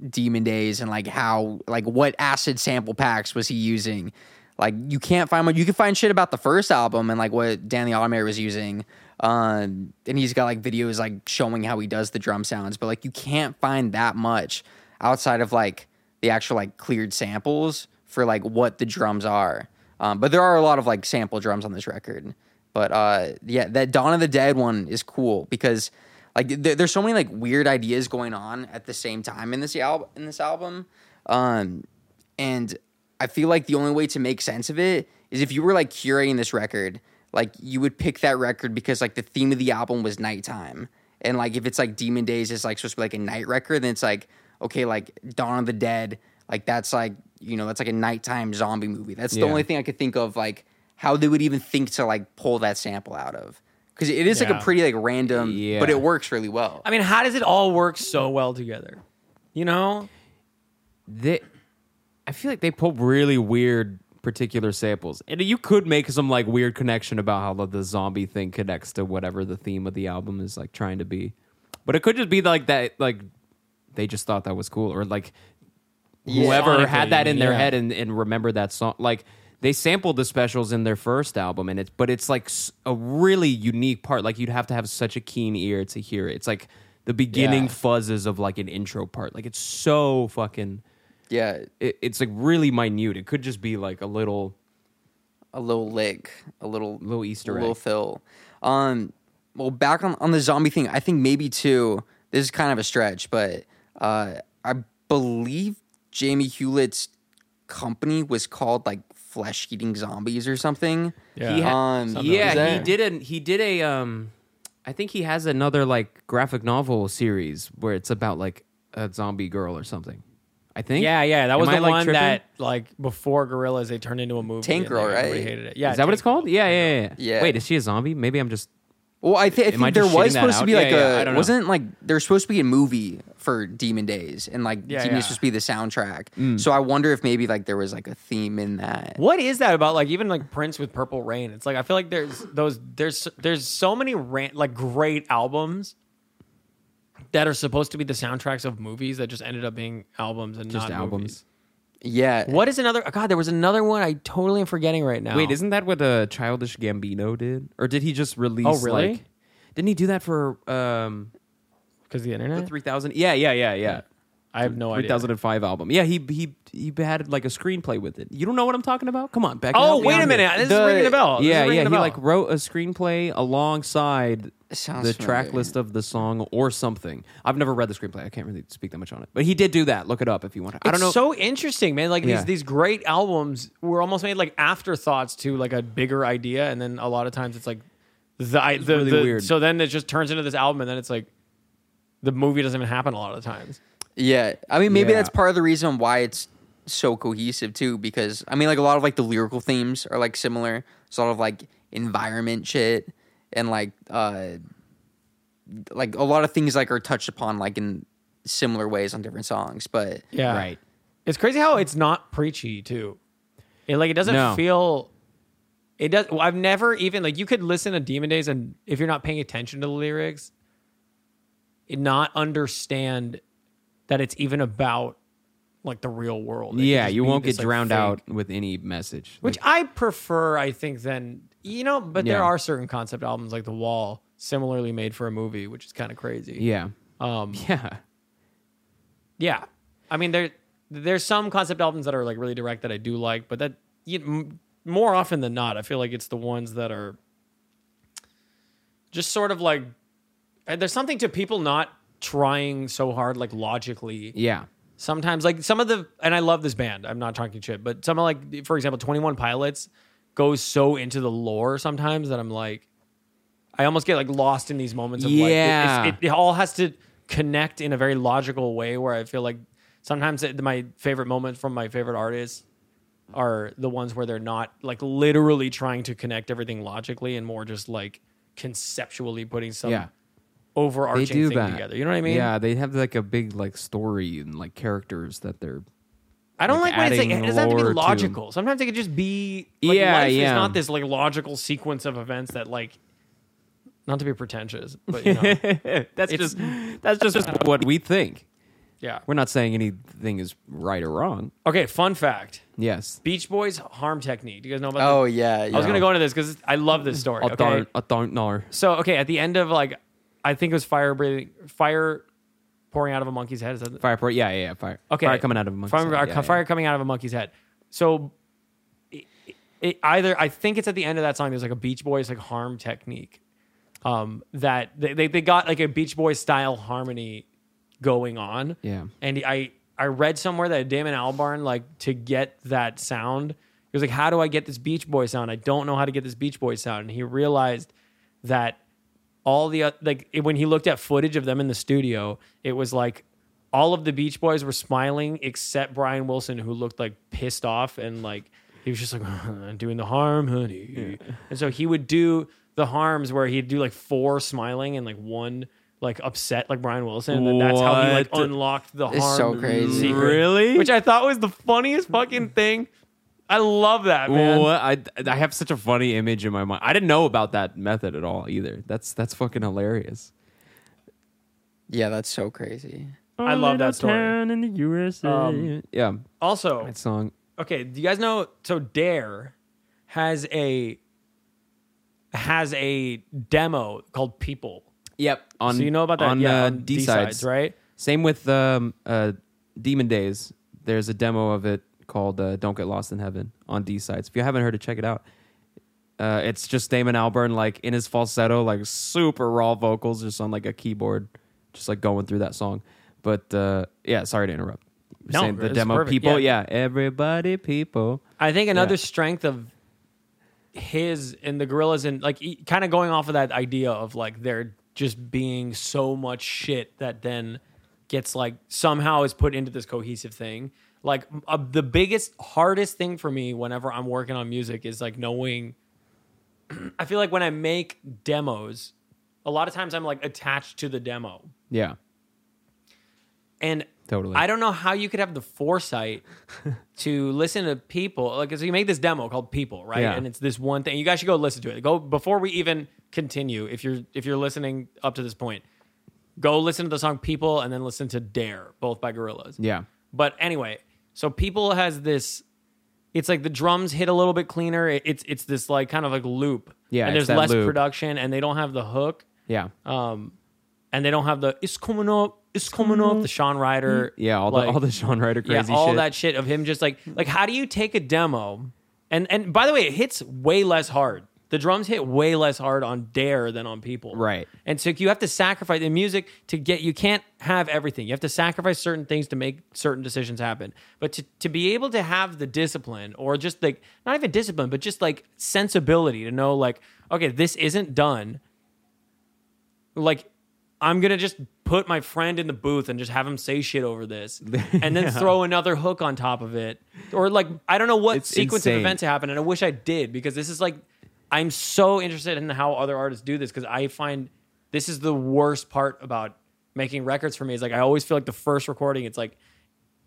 [SPEAKER 2] Demon Days and like how like what acid sample packs was he using. Like you can't find what you can find shit about the first album and like what Dan the Automator was using. Um, and he's got like videos like showing how he does the drum sounds, but like you can't find that much outside of like the actual like cleared samples for like what the drums are. Um, but there are a lot of like sample drums on this record. But uh, yeah, that Dawn of the Dead one is cool because like th- there's so many like weird ideas going on at the same time in this al- in this album. Um, and I feel like the only way to make sense of it is if you were like curating this record, like you would pick that record because like the theme of the album was nighttime. And like if it's like Demon Days is like supposed to be like a night record, then it's like, okay, like Dawn of the Dead, like that's like, you know, that's like a nighttime zombie movie. That's the
[SPEAKER 3] Yeah.
[SPEAKER 2] only thing I could think of like how they would even think to like pull that sample out of. Cause it is like
[SPEAKER 1] Yeah.
[SPEAKER 2] a pretty like random, but
[SPEAKER 3] Yeah.
[SPEAKER 2] it works really well.
[SPEAKER 1] I mean, how does it all work so well together? You know,
[SPEAKER 3] they I feel like they pull really weird particular samples. And you could make some like weird connection about how the, the zombie thing connects to whatever the theme of the album is like trying to be. But it could just be like that like they just thought that was cool or like whoever
[SPEAKER 1] Sonically,
[SPEAKER 3] had that in their
[SPEAKER 1] yeah.
[SPEAKER 3] head and, and remembered that song like they sampled the specials in their first album and it's but it's like s- a really unique part like you'd have to have such a keen ear to hear it it's like the beginning
[SPEAKER 2] Yeah.
[SPEAKER 3] fuzzes of like an intro part like it's so fucking
[SPEAKER 2] yeah,
[SPEAKER 3] it, it's like really minute. It could just be like a little.
[SPEAKER 2] a little lick, a little
[SPEAKER 3] Little Easter
[SPEAKER 2] a little
[SPEAKER 3] egg.
[SPEAKER 2] fill. Um, well, back on on the zombie thing, I think maybe too. This is kind of a stretch, but uh, I believe Jamie Hewlett's company was called like Flesh Eating Zombies or something.
[SPEAKER 1] Yeah.
[SPEAKER 3] He ha-
[SPEAKER 2] Um, Is
[SPEAKER 3] yeah,
[SPEAKER 2] that-
[SPEAKER 3] he did a he did a um, I think he has another like graphic novel series where it's about like a zombie girl or something. I think.
[SPEAKER 1] Yeah, yeah, that was
[SPEAKER 3] Am I,
[SPEAKER 1] the
[SPEAKER 3] like,
[SPEAKER 1] one
[SPEAKER 3] tripping?
[SPEAKER 1] that like before Gorillas they turned into a movie.
[SPEAKER 2] Tank
[SPEAKER 1] and
[SPEAKER 2] Girl,
[SPEAKER 1] everybody
[SPEAKER 2] right?
[SPEAKER 1] Hated it. Yeah,
[SPEAKER 3] Is that what
[SPEAKER 1] Tank
[SPEAKER 3] it's called?
[SPEAKER 1] Girl.
[SPEAKER 3] Yeah, yeah, yeah,
[SPEAKER 2] Yeah.
[SPEAKER 3] Wait, is she a zombie? Maybe I'm just
[SPEAKER 2] Well, I, thi- I
[SPEAKER 3] I
[SPEAKER 2] think there
[SPEAKER 3] just
[SPEAKER 2] was
[SPEAKER 3] shitting that
[SPEAKER 2] supposed to
[SPEAKER 3] out?
[SPEAKER 2] be
[SPEAKER 3] Yeah,
[SPEAKER 2] like
[SPEAKER 3] yeah, I
[SPEAKER 2] a
[SPEAKER 3] don't know.
[SPEAKER 2] wasn't like there's supposed to be a movie for Demon Days, and like
[SPEAKER 1] Yeah,
[SPEAKER 2] Demon
[SPEAKER 1] yeah.
[SPEAKER 2] Days supposed to be the soundtrack.
[SPEAKER 3] Mm.
[SPEAKER 2] So I wonder if maybe like there was like a theme in that.
[SPEAKER 1] What is that about? Like even like Prince with Purple Rain. It's like I feel like there's those there's there's so many ran, like great albums that are supposed to be the soundtracks of movies that just ended up being albums and
[SPEAKER 3] Just
[SPEAKER 1] not
[SPEAKER 3] albums.
[SPEAKER 1] movies.
[SPEAKER 2] Yeah.
[SPEAKER 1] What is another? God, there was another one I totally am forgetting right now.
[SPEAKER 3] Wait, isn't that what uh, Childish Gambino did? Or did he just release?
[SPEAKER 1] Oh, really?
[SPEAKER 3] Like, didn't he do that for um,
[SPEAKER 1] because the
[SPEAKER 3] the
[SPEAKER 1] internet?
[SPEAKER 3] three thousand? Yeah, yeah, yeah, yeah.
[SPEAKER 1] Oh, I have no
[SPEAKER 3] Three
[SPEAKER 1] idea.
[SPEAKER 3] thousand and five album. Yeah, he he he had like a screenplay with it. You don't know what I'm talking about? Come on, back.
[SPEAKER 1] Oh, wait a minute. This
[SPEAKER 2] The-
[SPEAKER 1] is ringing a bell. This is
[SPEAKER 3] Yeah,
[SPEAKER 1] ringing
[SPEAKER 3] yeah.
[SPEAKER 1] a
[SPEAKER 3] He
[SPEAKER 1] bell.
[SPEAKER 3] like wrote a screenplay alongside
[SPEAKER 2] Sounds
[SPEAKER 3] the track
[SPEAKER 2] familiar.
[SPEAKER 3] list of the song or something. I've never read the screenplay. I can't really speak that much on it. But he did do that. Look it up if you want. to. I don't know.
[SPEAKER 1] It's so interesting, man. Like
[SPEAKER 3] Yeah.
[SPEAKER 1] these these great albums were almost made like afterthoughts to like a bigger idea, and then a lot of times it's like the I, the,
[SPEAKER 3] really
[SPEAKER 1] the-
[SPEAKER 3] weird.
[SPEAKER 1] So then it just turns into this album, and then it's like the movie doesn't even happen a lot of times.
[SPEAKER 2] Yeah. I mean, maybe
[SPEAKER 3] Yeah.
[SPEAKER 2] that's part of the reason why it's so cohesive too, because I mean, like a lot of like the lyrical themes are like similar, sort of like environment shit, and like uh, like a lot of things like are touched upon like in similar ways on different songs, but
[SPEAKER 1] Yeah,
[SPEAKER 3] Right.
[SPEAKER 1] It's crazy how it's not preachy too. It like it doesn't
[SPEAKER 3] No.
[SPEAKER 1] feel. It does. well, I've never even like you could listen to Demon Days and if you're not paying attention to the lyrics, and not understand that it's even about like the real world. It could
[SPEAKER 3] yeah,
[SPEAKER 1] just
[SPEAKER 3] you
[SPEAKER 1] be
[SPEAKER 3] won't
[SPEAKER 1] this,
[SPEAKER 3] get
[SPEAKER 1] like,
[SPEAKER 3] drowned
[SPEAKER 1] fake-
[SPEAKER 3] out with any message.
[SPEAKER 1] which I prefer. I think than you know, but there
[SPEAKER 3] Yeah.
[SPEAKER 1] are certain concept albums like The Wall, similarly made for a movie, which is kind of crazy.
[SPEAKER 3] yeah,
[SPEAKER 1] Um,
[SPEAKER 3] yeah.
[SPEAKER 1] yeah. I mean, there there's some concept albums that are like really direct that I do like, but that you, m- more often than not, I feel like it's the ones that are just sort of like and there's something to people not trying so hard, like logically.
[SPEAKER 3] Yeah.
[SPEAKER 1] Sometimes, like some of the, and I love this band. I'm not talking shit, but some of like, for example, Twenty One Pilots goes so into the lore sometimes that I'm like, I almost get like lost in these moments of
[SPEAKER 3] Yeah.
[SPEAKER 1] like, it, it's- it, it all has to connect in a very logical way where I feel like sometimes it, my favorite moments from my favorite artists are the ones where they're not like literally trying to connect everything logically and more just like conceptually putting some
[SPEAKER 3] Yeah.
[SPEAKER 1] overarching thing together. You know what I mean?
[SPEAKER 3] Yeah, they have like a big like story and like characters that they're.
[SPEAKER 1] I don't
[SPEAKER 3] like
[SPEAKER 1] like, when it's like,
[SPEAKER 3] adding
[SPEAKER 1] it doesn't have to be
[SPEAKER 3] lore to-
[SPEAKER 1] logical. Sometimes it could just be like,
[SPEAKER 3] Yeah,
[SPEAKER 1] life
[SPEAKER 3] yeah.
[SPEAKER 1] is not this like logical sequence of events that like not to be pretentious, but you know,
[SPEAKER 3] that's
[SPEAKER 1] It's-
[SPEAKER 3] just that's just what we think.
[SPEAKER 1] yeah.
[SPEAKER 3] We're not saying anything is right or wrong.
[SPEAKER 1] Okay, fun fact.
[SPEAKER 3] Yes.
[SPEAKER 1] Beach Boys harm technique. Do you guys know about
[SPEAKER 2] oh
[SPEAKER 1] this?
[SPEAKER 2] yeah, yeah.
[SPEAKER 1] I was going to go into this cuz I love this story,
[SPEAKER 3] I
[SPEAKER 1] okay?
[SPEAKER 3] don't. I don't know.
[SPEAKER 1] So, okay, at the end of like I think it was fire breathing fire pouring out of a monkey's head. Is that
[SPEAKER 3] Fire. pro- Yeah, yeah, yeah. Fire.
[SPEAKER 1] Okay.
[SPEAKER 3] Fire coming out of a monkey's
[SPEAKER 1] Fire, uh,
[SPEAKER 3] head. Yeah, yeah.
[SPEAKER 1] fire coming out of a monkey's head. So it, it either I think it's at the end of that song. There's like a Beach Boys like harm technique. Um, that they, they they got like a Beach Boys style harmony going on.
[SPEAKER 3] Yeah.
[SPEAKER 1] And I I read somewhere that Damon Albarn like to get that sound. He was like, "How do I get this Beach Boy sound? I don't know how to get this Beach Boy sound." And he realized that all the oth- like it- when he looked at footage of them in the studio, it was like all of the Beach Boys were smiling except Brian Wilson, who looked like pissed off and like he was just like doing the harm, honey. And so he would do the harms where he'd do like four smiling and like one like upset like Brian Wilson. And that's how he like
[SPEAKER 3] What?
[SPEAKER 1] unlocked the
[SPEAKER 2] It's
[SPEAKER 1] harm.
[SPEAKER 2] so crazy.
[SPEAKER 1] secret,
[SPEAKER 3] Really?
[SPEAKER 1] Which I thought was the funniest fucking thing. I love that man.
[SPEAKER 3] What? I I have such a funny image in my mind. I didn't know about that method at all either. That's that's fucking hilarious.
[SPEAKER 2] Yeah, that's so crazy.
[SPEAKER 1] I love that story.
[SPEAKER 3] in the USA. yeah,
[SPEAKER 1] Also,
[SPEAKER 3] that song.
[SPEAKER 1] okay do you guys know so dare has a has a demo called people
[SPEAKER 3] Yep. On
[SPEAKER 1] so you know about that
[SPEAKER 3] on
[SPEAKER 1] yeah,
[SPEAKER 3] uh,
[SPEAKER 1] on
[SPEAKER 3] D
[SPEAKER 1] D-Sides,
[SPEAKER 3] sides,
[SPEAKER 1] right
[SPEAKER 3] Same with um, uh, Demon Days. There's a demo of it called uh, "Don't Get Lost in Heaven" on D sides. If you haven't heard it, check it out. Uh, it's just Damon Albarn, like in his falsetto, like super raw vocals, just on like a keyboard, just like going through that song. But uh, yeah, sorry to interrupt. You're
[SPEAKER 1] No,
[SPEAKER 3] saying the
[SPEAKER 1] it's
[SPEAKER 3] demo
[SPEAKER 1] perfect.
[SPEAKER 3] people,
[SPEAKER 1] Yeah.
[SPEAKER 3] yeah. everybody people.
[SPEAKER 1] i think another
[SPEAKER 3] Yeah.
[SPEAKER 1] strength of his and the gorillas and like kind of going off of that idea of like there just being so much shit that then gets like somehow is put into this cohesive thing like uh, the biggest hardest thing for me whenever i'm working on music is like knowing I feel like when I make demos, A lot of times I'm like attached to the demo.
[SPEAKER 3] Yeah.
[SPEAKER 1] And
[SPEAKER 3] Totally.
[SPEAKER 1] I don't know how you could have the foresight to listen to people. Like, so you make this demo called "People," right?
[SPEAKER 3] Yeah.
[SPEAKER 1] And it's this one thing. You guys should go listen to it. Go before we even continue. If you're if you're listening up to this point, go listen to the song "People" and then listen to "Dare," both by Gorillaz.
[SPEAKER 3] Yeah.
[SPEAKER 1] But anyway, so "People" has this. It's like the drums hit a little bit cleaner. It- It's it's this like kind of like loop.
[SPEAKER 3] Yeah,
[SPEAKER 1] And there's
[SPEAKER 3] it's that
[SPEAKER 1] less
[SPEAKER 3] loop.
[SPEAKER 1] production, and they don't have the hook
[SPEAKER 3] Yeah.
[SPEAKER 1] Uh, and they don't have the it's coming up, it's coming up, the Sean Ryder,
[SPEAKER 3] Mm-hmm. yeah. All
[SPEAKER 1] like-
[SPEAKER 3] the all the Sean Ryder
[SPEAKER 1] yeah,
[SPEAKER 3] crazy
[SPEAKER 1] all
[SPEAKER 3] shit.
[SPEAKER 1] that shit of him just like like how do you take a demo and and by the way, it hits way less hard. The drums hit way less hard on Dare than on People,
[SPEAKER 3] Right.
[SPEAKER 1] And so you have to sacrifice the music to get. You can't have everything. You have to sacrifice certain things to make certain decisions happen. But to to be able to have the discipline, or just like not even discipline, but just like sensibility to know, like okay, this isn't done like I'm gonna just put my friend in the booth and just have him say shit over this, and then throw another hook on top of it, or like I don't know what
[SPEAKER 3] It's
[SPEAKER 1] sequence
[SPEAKER 3] insane.
[SPEAKER 1] of events happened, and I wish I did because this is like I'm so interested in how other artists do this because I find this is the worst part about making records for me is like I always feel like the first recording it's like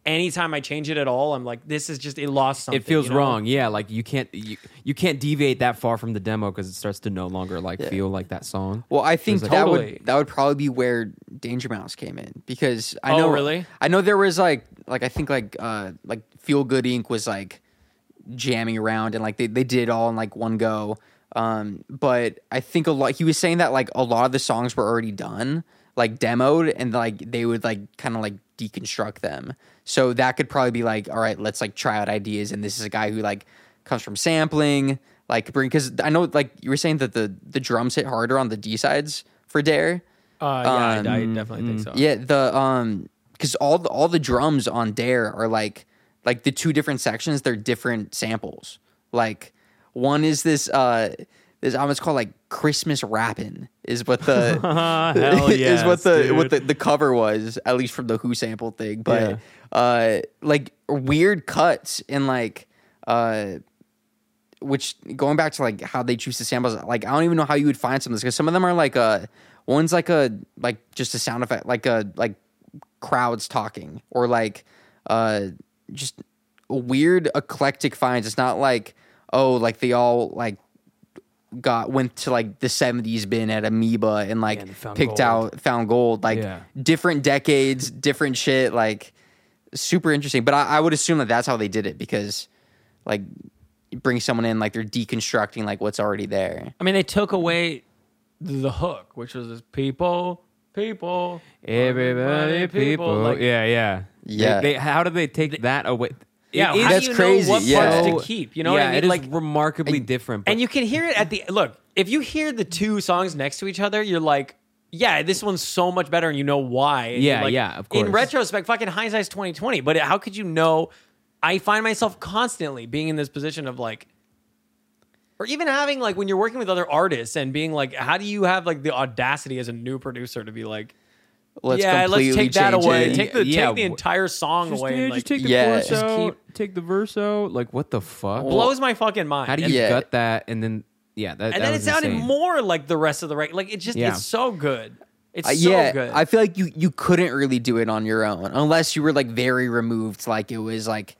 [SPEAKER 1] anytime I change it at all I'm like this is just it lost something
[SPEAKER 3] it feels
[SPEAKER 1] you know?
[SPEAKER 3] wrong. Yeah, like you can't you, you can't deviate that far from the demo because it starts to no longer like feel like that song.
[SPEAKER 2] Well, I think
[SPEAKER 3] Feels like-
[SPEAKER 2] that
[SPEAKER 1] Totally.
[SPEAKER 2] would that would probably be where Danger Mouse came in because I
[SPEAKER 1] Oh,
[SPEAKER 2] know
[SPEAKER 1] really?
[SPEAKER 2] I know there was like like I think like uh like Feel Good Inc was like jamming around and like they they did it all in like one go. Um, but I think a lot he was saying that like a lot of the songs were already done, like demoed, and like they would like kind of like deconstruct them. So that could probably be like, all right, let's like try out ideas. And this is a guy who like comes from sampling, like bring because I know like you were saying that the the drums hit harder on the D sides for Dare.
[SPEAKER 1] uh, yeah I-
[SPEAKER 3] Um,
[SPEAKER 1] I, definitely think so
[SPEAKER 2] Yeah, the um, because all the, all the drums on Dare are like like the two different sections. They're different samples. Like one is this uh, this album is called like Christmas Rappin' is what the
[SPEAKER 1] Hell
[SPEAKER 2] is what
[SPEAKER 1] yes,
[SPEAKER 2] the
[SPEAKER 1] dude.
[SPEAKER 2] what the, the cover was at least from the Who sample thing. But uh, like weird cuts and like uh which going back to like how they choose the samples, like I don't even know how you would find some of this because some of them are like a one's like a like just a sound effect, like a like crowds talking or like uh just weird eclectic finds. It's not like oh like they all like got went to like the 70s bin at amoeba and like
[SPEAKER 3] and found
[SPEAKER 2] picked
[SPEAKER 3] gold.
[SPEAKER 2] out found gold like
[SPEAKER 3] Yeah.
[SPEAKER 2] different decades different shit like super interesting but I, I would assume that that's how they did it because like you bring someone in like they're deconstructing like what's already there
[SPEAKER 1] I mean, they took away the hook, which was this people, people,
[SPEAKER 3] Everybody, people,
[SPEAKER 1] Like,
[SPEAKER 3] yeah, yeah,
[SPEAKER 2] Yeah.
[SPEAKER 3] They, they- how did they take that away?
[SPEAKER 1] yeah,
[SPEAKER 3] It
[SPEAKER 1] how
[SPEAKER 3] is
[SPEAKER 2] that's
[SPEAKER 1] do you
[SPEAKER 2] crazy,
[SPEAKER 1] know what
[SPEAKER 2] yeah.
[SPEAKER 1] parts to keep? You know
[SPEAKER 3] yeah,
[SPEAKER 1] what I mean?
[SPEAKER 3] It is
[SPEAKER 1] like,
[SPEAKER 3] remarkably different. But
[SPEAKER 1] and you can hear it at the look. If you hear the two songs next to each other, you're like, yeah, this one's so much better, and you know why. And
[SPEAKER 3] Yeah,
[SPEAKER 1] you're like-
[SPEAKER 3] yeah, of
[SPEAKER 1] In
[SPEAKER 3] course.
[SPEAKER 1] retrospect, fucking hindsight's twenty twenty. But how could you know? I find myself constantly being in this position of like. Or even having like when you're working with other artists and being like, how do you have like the audacity as a new producer to be like,
[SPEAKER 2] let's
[SPEAKER 1] yeah, let's
[SPEAKER 2] completely
[SPEAKER 1] take that
[SPEAKER 2] change
[SPEAKER 1] away.
[SPEAKER 2] it.
[SPEAKER 1] Take the
[SPEAKER 3] Yeah,
[SPEAKER 1] take the
[SPEAKER 3] wh-
[SPEAKER 1] entire song
[SPEAKER 3] just,
[SPEAKER 1] away.
[SPEAKER 3] yeah,
[SPEAKER 1] and, like,
[SPEAKER 3] just take the
[SPEAKER 2] Yeah.
[SPEAKER 3] chorus
[SPEAKER 2] Just
[SPEAKER 3] out,
[SPEAKER 1] keep-
[SPEAKER 3] take the verse out. Like what the fuck?
[SPEAKER 1] blows my fucking mind.
[SPEAKER 3] how do you
[SPEAKER 1] And,
[SPEAKER 2] Yeah.
[SPEAKER 3] gut that? And then yeah, that
[SPEAKER 1] and
[SPEAKER 3] that
[SPEAKER 1] then it
[SPEAKER 3] was
[SPEAKER 1] sounded
[SPEAKER 3] insane.
[SPEAKER 1] more like the rest of the record. Like it just
[SPEAKER 3] Yeah.
[SPEAKER 1] it's so good. It's
[SPEAKER 2] Uh,
[SPEAKER 1] so
[SPEAKER 2] yeah,
[SPEAKER 1] good.
[SPEAKER 2] I feel like you you couldn't really do it on your own unless you were like very removed, like it was like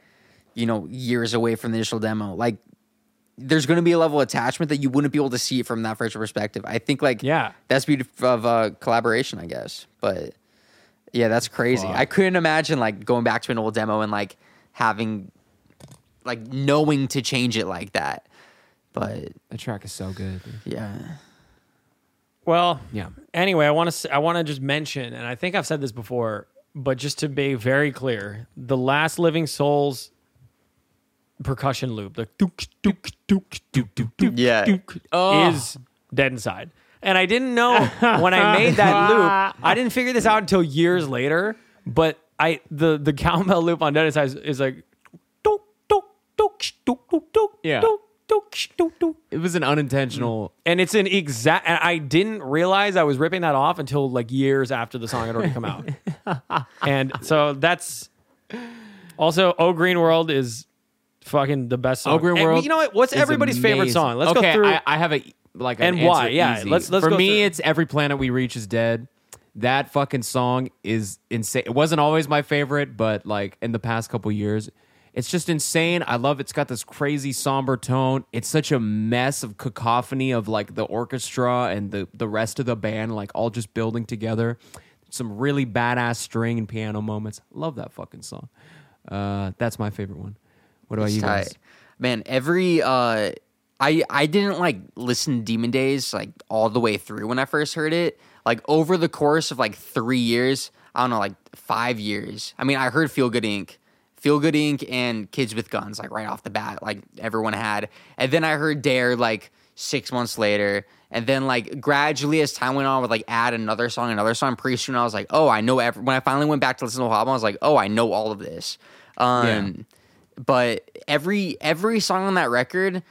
[SPEAKER 2] you know years away from the initial demo. Like there's going to be a level of attachment that you wouldn't be able to see from that first perspective. I think like
[SPEAKER 1] Yeah.
[SPEAKER 2] that's beauty of uh, collaboration, I guess. But yeah, that's crazy.
[SPEAKER 3] Fuck.
[SPEAKER 2] I couldn't imagine like going back to an old demo and like having like knowing to change it like that. But
[SPEAKER 3] That track is so good. dude.
[SPEAKER 2] yeah.
[SPEAKER 1] Well,
[SPEAKER 3] Yeah.
[SPEAKER 1] Anyway, I want to I want to just mention, and I think I've said this before, but just to be very clear, the last Living Souls percussion loop, the dook dook dook dook dook dook,
[SPEAKER 2] Yeah.
[SPEAKER 1] dook,
[SPEAKER 3] Oh.
[SPEAKER 1] is dead inside. And I didn't know when I made that loop. I didn't figure this out until years later. But I the the cowbell loop on Dead Inside is, is like dook dook dook dook dook dook
[SPEAKER 3] Yeah.
[SPEAKER 1] dook dook dook dook
[SPEAKER 3] It was an unintentional.
[SPEAKER 1] and it's an exact and i didn't realize i was ripping that off until like years after the song had already come out and so that's also oh green world is fucking the best song
[SPEAKER 3] Oh, Green
[SPEAKER 1] And
[SPEAKER 3] World
[SPEAKER 1] you know what what's
[SPEAKER 3] is
[SPEAKER 1] everybody's favorite
[SPEAKER 3] amazing.
[SPEAKER 1] song let's
[SPEAKER 3] okay,
[SPEAKER 1] go through
[SPEAKER 3] I, I have a like
[SPEAKER 1] And
[SPEAKER 3] an answer
[SPEAKER 1] why? Yeah,
[SPEAKER 3] easy.
[SPEAKER 1] let's- let's
[SPEAKER 3] for
[SPEAKER 1] go
[SPEAKER 3] me
[SPEAKER 1] through.
[SPEAKER 3] it's every planet we reach is dead. That fucking song is insane. It wasn't always my favorite, but like in the past couple years, it's just insane. I love it's got this crazy somber tone. It's such a mess of cacophony of like the orchestra and the the rest of the band like all just building together. Some really badass string and piano moments. Love that fucking song. Uh, that's my favorite one. What about you guys?
[SPEAKER 2] Tight. Man, every uh I I didn't like listen to Demon Days like all the way through when I first heard it. Like over the course of like 3 years, I don't know, like 5 years. I mean, I heard Feel Good Inc. Feel Good Inc and Kids with Guns like right off the bat, like everyone had. And then I heard Dare like 6 months later. And then, like gradually, as time went on, with like add another song, another song. Pretty soon, I was like, "Oh, I know." Every- when I finally went back to listen to the whole album, I was like, "Oh, I know all of this." Um, but every every song on that record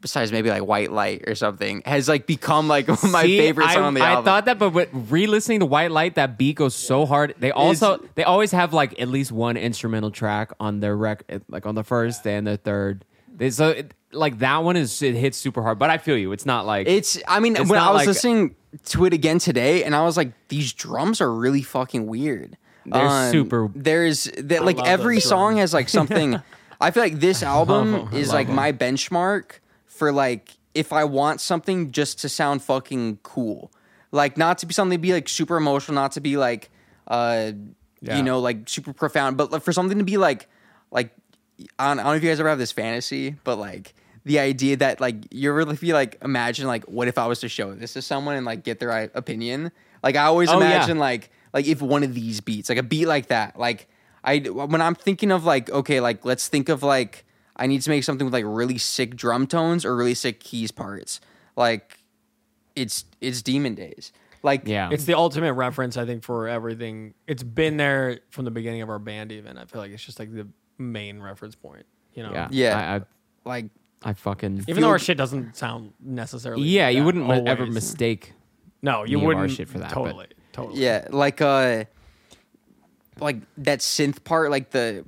[SPEAKER 2] besides maybe like white light or something has like become like my
[SPEAKER 3] See,
[SPEAKER 2] favorite
[SPEAKER 3] I,
[SPEAKER 2] song on the
[SPEAKER 3] I
[SPEAKER 2] album
[SPEAKER 3] thought that, but with re-listening to White Light, that beat goes so hard. They also they always have like at least one instrumental track on their rec, eh, like on the first and the third. They, so it, like that one is it hits super hard. But I feel you. It's not like
[SPEAKER 2] it's i mean
[SPEAKER 3] It's
[SPEAKER 2] when i
[SPEAKER 3] not
[SPEAKER 2] was
[SPEAKER 3] like-
[SPEAKER 2] listening to it again today and i was like these drums are really fucking weird Um,
[SPEAKER 3] They're super-
[SPEAKER 2] there's that like
[SPEAKER 1] love
[SPEAKER 2] every
[SPEAKER 1] those
[SPEAKER 2] song has like something i feel like this album is like my benchmark for like if i want something just to sound fucking cool like not to be something to be like super emotional not to be like uh
[SPEAKER 3] Yeah.
[SPEAKER 2] you know like super profound but like, for something to be like like I don't, I don't know if you guys ever have this fantasy but like the idea that like you ever if you like imagine like what if i was to show this to someone and like get their uh, opinion like i always
[SPEAKER 3] Oh, yeah.
[SPEAKER 2] imagine like like if one of these beats like a beat like that like i when i'm thinking of like okay like let's think of like i need to make something with like really sick drum tones or really sick keys parts like it's it's demon days like
[SPEAKER 3] yeah.
[SPEAKER 1] It's the ultimate reference, I think, for everything. It's been there from the beginning of our band. Even I feel like it's just like the main reference point. You know,
[SPEAKER 3] yeah
[SPEAKER 2] yeah.
[SPEAKER 3] I,
[SPEAKER 2] like
[SPEAKER 3] I, I fucking
[SPEAKER 1] even though our shit doesn't sound necessarily.
[SPEAKER 3] yeah. You
[SPEAKER 1] that
[SPEAKER 3] wouldn't
[SPEAKER 1] always.
[SPEAKER 3] ever mistake.
[SPEAKER 1] No, you
[SPEAKER 3] any of our
[SPEAKER 1] wouldn't.
[SPEAKER 3] shit for that, but-
[SPEAKER 1] Totally, totally.
[SPEAKER 2] Yeah, like uh like that synth part, like the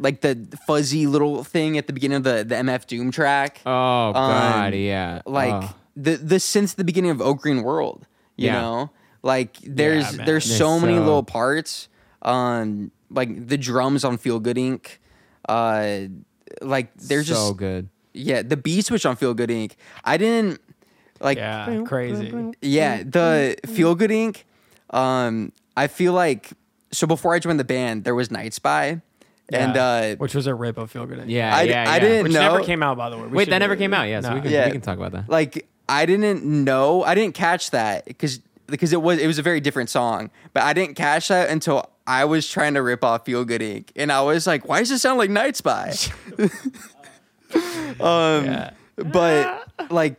[SPEAKER 2] like the fuzzy little thing at the beginning of the, the MF Doom track.
[SPEAKER 3] Oh god,
[SPEAKER 2] Um,
[SPEAKER 3] yeah.
[SPEAKER 2] Like
[SPEAKER 3] Oh.
[SPEAKER 2] the the synth at the beginning of Oak Green World, you
[SPEAKER 3] Yeah. uh,
[SPEAKER 2] know? Like there's
[SPEAKER 1] man.
[SPEAKER 2] there's
[SPEAKER 3] There's
[SPEAKER 2] so many
[SPEAKER 3] so-
[SPEAKER 2] little parts on like the drums on Feel Good Inc. Uh like they're
[SPEAKER 3] so
[SPEAKER 2] just
[SPEAKER 3] good.
[SPEAKER 2] yeah, the B switch on Feel Good Inc. I didn't like
[SPEAKER 1] yeah, crazy.
[SPEAKER 2] yeah, the Feel Good Inc. Um, I feel like so before I joined the band, there was Night Spy, and
[SPEAKER 1] Yeah.
[SPEAKER 2] uh,
[SPEAKER 1] which was a rip of Feel Good. Inc.
[SPEAKER 3] Yeah,
[SPEAKER 2] I,
[SPEAKER 3] yeah,
[SPEAKER 2] I
[SPEAKER 3] yeah.
[SPEAKER 2] didn't
[SPEAKER 1] which
[SPEAKER 2] know.
[SPEAKER 1] never came out by the way. We
[SPEAKER 3] Wait,
[SPEAKER 1] should-
[SPEAKER 3] that never came out. Yeah, so
[SPEAKER 1] No.
[SPEAKER 3] we can
[SPEAKER 2] Yeah.
[SPEAKER 3] we can talk about that.
[SPEAKER 2] Like I didn't know. I didn't catch that because because it was it was a very different song, but I didn't catch that until I was trying to rip off Feel Good Inc. And I was like, why does it sound like Night Spy? um, but like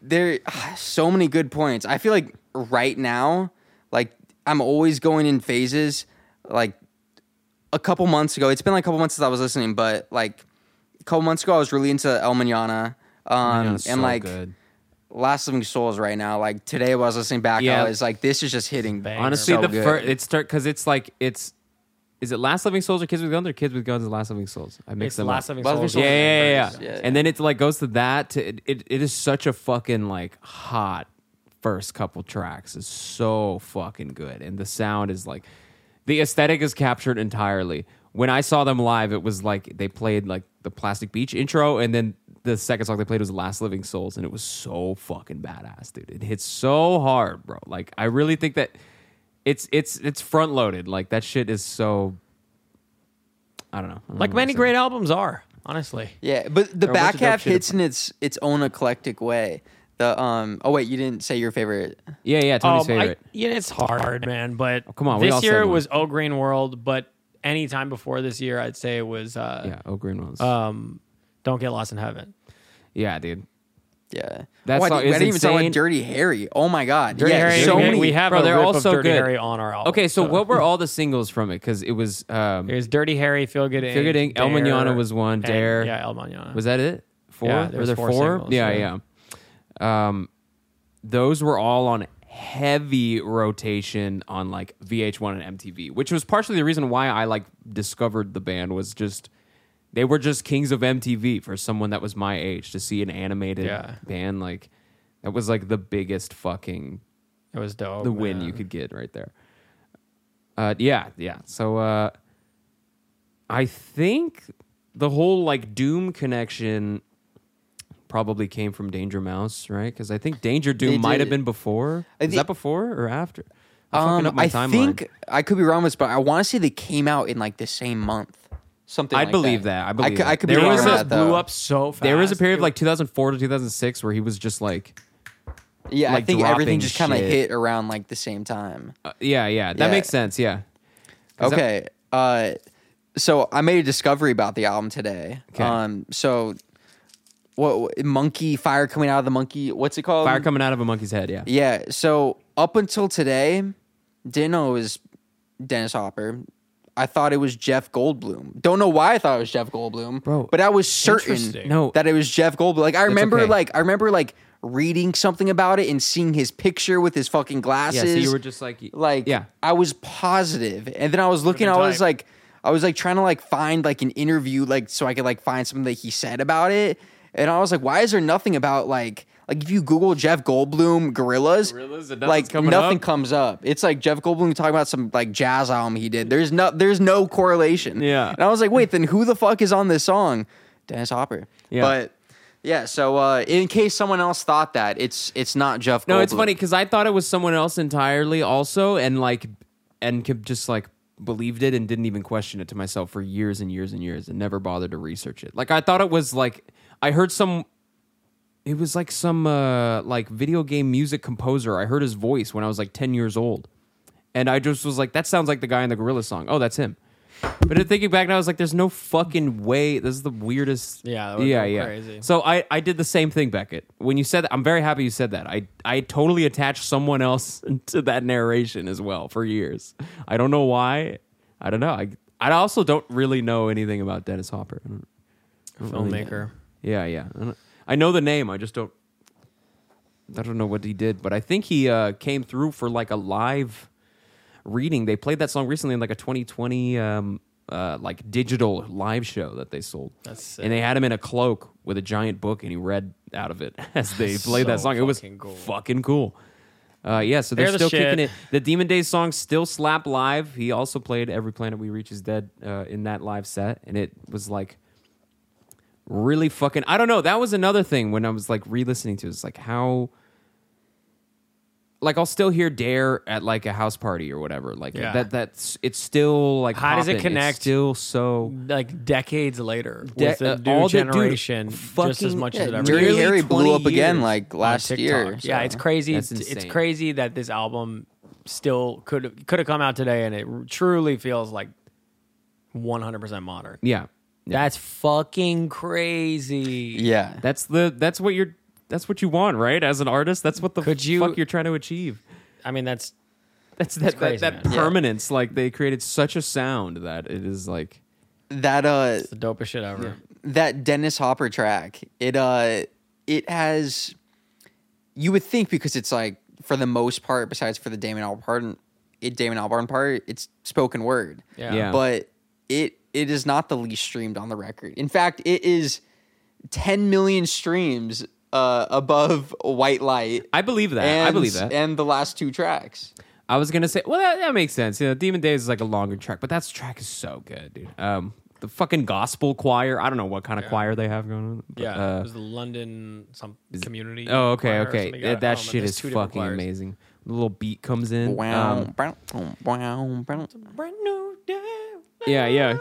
[SPEAKER 2] there so many good points. I feel like right now, like I'm always going in phases. Like a couple months ago, it's been like a couple months since I was listening, but like a couple months ago, I was really into El Manana. Um, and
[SPEAKER 3] Manana's so
[SPEAKER 2] like
[SPEAKER 3] good.
[SPEAKER 2] Last Living Souls right now, like today, while I was listening back,
[SPEAKER 3] Yeah.
[SPEAKER 2] I was like, this is just hitting bang.
[SPEAKER 3] Honestly,
[SPEAKER 2] so
[SPEAKER 3] the
[SPEAKER 2] good.
[SPEAKER 3] first it start because it's like it's is it Last Living Souls or Kids with Guns or Kids with Guns and Last Living Souls? I mix
[SPEAKER 1] It's
[SPEAKER 3] them
[SPEAKER 1] last
[SPEAKER 3] up.
[SPEAKER 1] living
[SPEAKER 2] Last Living
[SPEAKER 1] Souls.
[SPEAKER 2] Souls.
[SPEAKER 3] yeah, yeah, yeah,
[SPEAKER 2] Souls.
[SPEAKER 3] yeah,
[SPEAKER 2] Yeah.
[SPEAKER 3] And then it's like goes to that. To, it, it it is such a fucking like hot first couple tracks. It's so fucking good, and the sound is like the aesthetic is captured entirely. When I saw them live, it was like they played like the Plastic Beach intro, and then the second song they played was Last Living Souls, and it was so fucking badass, dude. It hits so hard, bro. Like I really think that it's it's it's front loaded. Like that shit is so. I don't know. I don't know
[SPEAKER 1] Like
[SPEAKER 3] what to
[SPEAKER 1] many
[SPEAKER 3] say.
[SPEAKER 1] great albums are, honestly.
[SPEAKER 2] Yeah, but the
[SPEAKER 3] a bunch
[SPEAKER 2] back
[SPEAKER 3] of dope
[SPEAKER 2] half
[SPEAKER 3] shit
[SPEAKER 2] hits in its its own eclectic way. The um oh wait, you didn't say your favorite.
[SPEAKER 3] Yeah, yeah, Tony's
[SPEAKER 1] Um, I-
[SPEAKER 3] favorite. Oh,
[SPEAKER 1] yeah, it's hard, man. But
[SPEAKER 3] come on, we all
[SPEAKER 1] this
[SPEAKER 3] said
[SPEAKER 1] year
[SPEAKER 3] one.
[SPEAKER 1] was O Green World, but any time before this year, I'd say it was uh,
[SPEAKER 3] yeah, oh, green ones.
[SPEAKER 1] um, Don't Get Lost in Heaven.
[SPEAKER 3] yeah, dude.
[SPEAKER 2] Yeah,
[SPEAKER 3] That
[SPEAKER 2] oh, I,
[SPEAKER 3] song
[SPEAKER 2] didn't- I
[SPEAKER 3] is
[SPEAKER 2] didn't even talk about
[SPEAKER 3] insane.
[SPEAKER 2] Dirty Harry. Oh my god,
[SPEAKER 1] Dirty
[SPEAKER 2] yeah,
[SPEAKER 1] Harry,
[SPEAKER 2] so
[SPEAKER 1] we,
[SPEAKER 2] many.
[SPEAKER 1] we have
[SPEAKER 3] Bro,
[SPEAKER 1] a
[SPEAKER 3] they're
[SPEAKER 1] rip
[SPEAKER 3] all
[SPEAKER 1] of
[SPEAKER 3] so
[SPEAKER 1] Dirty
[SPEAKER 3] good.
[SPEAKER 1] Harry on our album.
[SPEAKER 3] Okay, so what were all the singles from it? Because it was um,
[SPEAKER 1] It was Dirty Harry, Feel Good Inc.
[SPEAKER 3] Feel Good Inc, El
[SPEAKER 1] Dare,
[SPEAKER 3] Manana was one,
[SPEAKER 1] and-
[SPEAKER 3] Dare.
[SPEAKER 1] Yeah, El Manana.
[SPEAKER 3] was that it? Four?
[SPEAKER 1] Yeah, there
[SPEAKER 3] were
[SPEAKER 1] was
[SPEAKER 3] there
[SPEAKER 1] four
[SPEAKER 3] four?
[SPEAKER 1] singles,
[SPEAKER 3] yeah,
[SPEAKER 1] yeah.
[SPEAKER 3] yeah, Um, those were all on heavy rotation on like VH1 and MTV, which was partially the reason why I like discovered the band was just they were just kings of MTV for someone that was my age to see an animated
[SPEAKER 1] Yeah.
[SPEAKER 3] band like That was like the biggest fucking
[SPEAKER 1] It was dope.
[SPEAKER 2] Oh,
[SPEAKER 3] the win
[SPEAKER 1] man.
[SPEAKER 3] you could get right there. Uh, yeah, yeah. So uh, I think the whole like Doom connection probably came from Danger Mouse, right? Because I think Danger
[SPEAKER 2] They
[SPEAKER 3] Doom might
[SPEAKER 2] did-
[SPEAKER 3] have been before.
[SPEAKER 2] I
[SPEAKER 3] Is
[SPEAKER 2] thi-
[SPEAKER 3] that before or after? I'm fucking
[SPEAKER 2] Um,
[SPEAKER 3] up my
[SPEAKER 2] I
[SPEAKER 3] timeline.
[SPEAKER 2] think I could be wrong with, this, but I want to say they came out in like the same month. Something.
[SPEAKER 3] I
[SPEAKER 2] like
[SPEAKER 3] believe
[SPEAKER 2] that.
[SPEAKER 3] that. I believe
[SPEAKER 2] I, could- I
[SPEAKER 3] that.
[SPEAKER 2] could
[SPEAKER 3] There
[SPEAKER 2] be wrong
[SPEAKER 3] was
[SPEAKER 1] Danger
[SPEAKER 2] on
[SPEAKER 3] a-
[SPEAKER 1] Mouse
[SPEAKER 2] that, though.
[SPEAKER 1] blew up so fast.
[SPEAKER 3] there was a period of like 2004 to 2006 where he was just like,
[SPEAKER 2] Yeah, I
[SPEAKER 3] like,
[SPEAKER 2] think everything
[SPEAKER 3] dropping
[SPEAKER 2] just kind of
[SPEAKER 3] shit.
[SPEAKER 2] hit around like the same time.
[SPEAKER 3] uh, yeah, yeah, that
[SPEAKER 2] Yeah.
[SPEAKER 3] makes sense. Yeah. 'Cause that-
[SPEAKER 2] Okay. Uh, so I made a discovery about the album today.
[SPEAKER 3] Okay.
[SPEAKER 2] Um, so what, what- monkey fire coming out of the monkey? What's it called?
[SPEAKER 3] Fire coming out of a monkey's head. Yeah.
[SPEAKER 2] Yeah. So up until today, didn't know it was Dennis Hopper. I thought it was Jeff Goldblum. Don't know why I thought it was Jeff Goldblum,
[SPEAKER 3] Bro,
[SPEAKER 2] But I was
[SPEAKER 1] interesting.
[SPEAKER 2] certain
[SPEAKER 3] No.
[SPEAKER 2] that it was Jeff Goldblum. Like I remember,
[SPEAKER 3] okay.
[SPEAKER 2] like I remember, like reading something about it and seeing his picture with his fucking
[SPEAKER 3] Yeah.
[SPEAKER 2] glasses.
[SPEAKER 3] So you were just like,
[SPEAKER 2] like
[SPEAKER 3] yeah.
[SPEAKER 2] I was positive, and then I was looking.
[SPEAKER 1] been
[SPEAKER 2] I was
[SPEAKER 1] tight.
[SPEAKER 2] like, I was like trying to like find like an interview, like so I could like find something that he said about it. And I was like, why is there nothing about like like if you Google Jeff Goldblum gorillas,
[SPEAKER 3] Gorillaz and nothing's
[SPEAKER 2] like
[SPEAKER 3] coming
[SPEAKER 2] nothing
[SPEAKER 3] up?
[SPEAKER 2] comes up. It's like Jeff Goldblum talking about some like jazz album he did. There's no there's no correlation.
[SPEAKER 3] Yeah.
[SPEAKER 2] and I was like, wait, then who the fuck is on this song? Dennis Hopper.
[SPEAKER 3] Yeah.
[SPEAKER 2] but. Yeah, so uh, in case someone else thought that, it's it's not Jeff.
[SPEAKER 3] No, it's
[SPEAKER 2] Goldblum.
[SPEAKER 3] funny because I thought it was someone else entirely, also, and like, and could just like believed it and didn't even question it to myself for years and years and years, and never bothered to research it. Like I thought it was like I heard some. It was like some uh, like video game music composer. I heard his voice when I was like ten years old, and I just was like, "That sounds like the guy in the Gorilla song." Oh, that's him. But then thinking back now, I was like, "There's no fucking way." This is the weirdest.
[SPEAKER 1] Yeah, that would've
[SPEAKER 3] yeah,
[SPEAKER 1] been
[SPEAKER 3] yeah.
[SPEAKER 1] crazy.
[SPEAKER 3] So I, I did the same thing, Beckett. When you said that, I'm very happy you said that. I, I totally attached someone else to that narration as well for years. I don't know why. I don't know. I, I also don't really know anything about Dennis Hopper. I don't- I don't really know.
[SPEAKER 1] filmmaker.
[SPEAKER 3] yeah, yeah. I, don't- I know the name. I just don't. I don't know what he did, but I think he uh, came through for like a live reading. They played that song recently in like a 2020 um, uh, like digital live show that they sold.
[SPEAKER 1] That's sick.
[SPEAKER 3] And they had him in a cloak with a giant book, and he read out of it as they played that
[SPEAKER 1] So
[SPEAKER 3] song. It was
[SPEAKER 1] fucking cool.
[SPEAKER 3] fucking cool. Uh, yeah, so they're
[SPEAKER 1] They're the
[SPEAKER 3] still kicking
[SPEAKER 1] shit.
[SPEAKER 3] it. The Demon Days song still slap live. He also played "Every Planet We Reach Is Dead" uh, in that live set, and it was like really fucking. I don't know. That was another thing when I was like re-listening to. it. It's like how like I'll still hear Dare at like a house party or whatever. Like
[SPEAKER 1] Yeah.
[SPEAKER 3] that that's it's still like
[SPEAKER 1] How does it
[SPEAKER 3] poppin'. It's
[SPEAKER 1] connect?
[SPEAKER 3] still so
[SPEAKER 1] Like decades later,
[SPEAKER 3] De-
[SPEAKER 1] with a
[SPEAKER 3] uh,
[SPEAKER 1] new
[SPEAKER 3] all the- dude,
[SPEAKER 1] generation, just as
[SPEAKER 3] fucking-
[SPEAKER 1] much as it
[SPEAKER 2] Yeah,
[SPEAKER 1] ever
[SPEAKER 2] Dirty
[SPEAKER 3] Nearly
[SPEAKER 2] Harry blew
[SPEAKER 3] 20
[SPEAKER 2] up again
[SPEAKER 3] years
[SPEAKER 2] like
[SPEAKER 1] on
[SPEAKER 2] last
[SPEAKER 1] TikTok.
[SPEAKER 2] year.
[SPEAKER 1] Yeah,
[SPEAKER 2] so.
[SPEAKER 1] it's crazy.
[SPEAKER 3] That's
[SPEAKER 1] It's, it's
[SPEAKER 3] insane.
[SPEAKER 1] crazy that this album still could could have come out today, and it truly feels like 100 percent modern.
[SPEAKER 3] yeah. yeah.
[SPEAKER 1] That's fucking crazy.
[SPEAKER 2] Yeah.
[SPEAKER 3] That's the that's what you're that's what you want, right? As an artist, that's what the
[SPEAKER 1] Could you-
[SPEAKER 3] fuck you're trying to achieve.
[SPEAKER 1] I mean, that's
[SPEAKER 3] That's that
[SPEAKER 1] crazy,
[SPEAKER 3] that, that
[SPEAKER 1] man.
[SPEAKER 2] Yeah.
[SPEAKER 3] permanence. Like they created such a sound that it is like
[SPEAKER 2] that uh
[SPEAKER 1] the dopest shit ever.
[SPEAKER 2] that Dennis Hopper track, it uh it has you would think because it's like for the most part, besides for the Damon Albarn it Damon Albarn part, it's spoken word.
[SPEAKER 1] Yeah.
[SPEAKER 3] Yeah.
[SPEAKER 2] But it it is not the least streamed on the record. In fact, it is ten million streams uh above White Light.
[SPEAKER 3] I believe that.
[SPEAKER 2] and,
[SPEAKER 3] I believe that.
[SPEAKER 2] And the last two tracks.
[SPEAKER 3] I was gonna say, well, that, that makes sense. You know, Demon Days is like a longer track, but that track is so good, dude. Um, the fucking gospel choir. I don't know what kind of choir they have going on. but,
[SPEAKER 1] Yeah, it
[SPEAKER 3] uh,
[SPEAKER 1] was the London some community.
[SPEAKER 3] oh, okay,
[SPEAKER 1] choir or
[SPEAKER 3] okay.
[SPEAKER 1] something.
[SPEAKER 3] That,
[SPEAKER 1] I
[SPEAKER 3] that
[SPEAKER 1] don't know.
[SPEAKER 3] shit
[SPEAKER 1] There's
[SPEAKER 3] is
[SPEAKER 1] two different
[SPEAKER 3] fucking
[SPEAKER 1] choirs.
[SPEAKER 3] amazing. The little beat comes in.
[SPEAKER 2] Wow.
[SPEAKER 3] Um,
[SPEAKER 2] brown, wow, brown.
[SPEAKER 1] Brand new day.
[SPEAKER 3] yeah, yeah.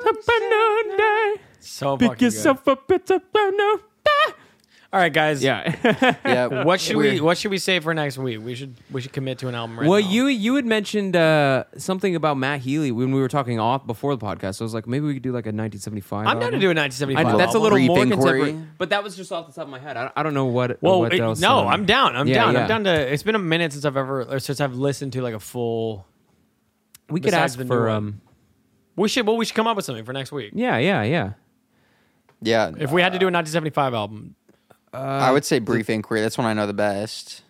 [SPEAKER 1] So
[SPEAKER 3] Pick
[SPEAKER 1] fucking good.
[SPEAKER 3] yourself up, it's a brand new day.
[SPEAKER 1] All right, guys.
[SPEAKER 3] Yeah.
[SPEAKER 2] Yeah.
[SPEAKER 1] What should
[SPEAKER 2] Weird.
[SPEAKER 1] we What should we say for next week? We should We should commit to an album. Right
[SPEAKER 3] well,
[SPEAKER 1] now.
[SPEAKER 3] you you had mentioned uh, something about Matt Healy when we were talking off before the podcast. So I was like, maybe we could do like a 1975.
[SPEAKER 1] I'm down to
[SPEAKER 3] album.
[SPEAKER 1] do a 1975.
[SPEAKER 3] I, that's a
[SPEAKER 1] album.
[SPEAKER 3] little more
[SPEAKER 2] Creep inquiry.
[SPEAKER 3] contemporary. But that was just off the top of my head. I, I don't know what.
[SPEAKER 1] Well,
[SPEAKER 3] what
[SPEAKER 1] it-
[SPEAKER 3] else,
[SPEAKER 1] no,
[SPEAKER 3] um,
[SPEAKER 1] I'm down. I'm
[SPEAKER 3] yeah,
[SPEAKER 1] down.
[SPEAKER 3] yeah.
[SPEAKER 1] I'm down to. It's been a minute since I've ever or since I've listened to like a full.
[SPEAKER 3] We could
[SPEAKER 1] besides
[SPEAKER 3] ask
[SPEAKER 1] the new
[SPEAKER 3] for.
[SPEAKER 1] one.
[SPEAKER 3] Um,
[SPEAKER 1] We should. Well, we should come up with something for next week.
[SPEAKER 3] yeah, yeah, yeah.
[SPEAKER 2] Yeah.
[SPEAKER 1] If we had to do a 1975 album,
[SPEAKER 2] I
[SPEAKER 3] uh,
[SPEAKER 2] would say brief inquiry. That's one I know the best.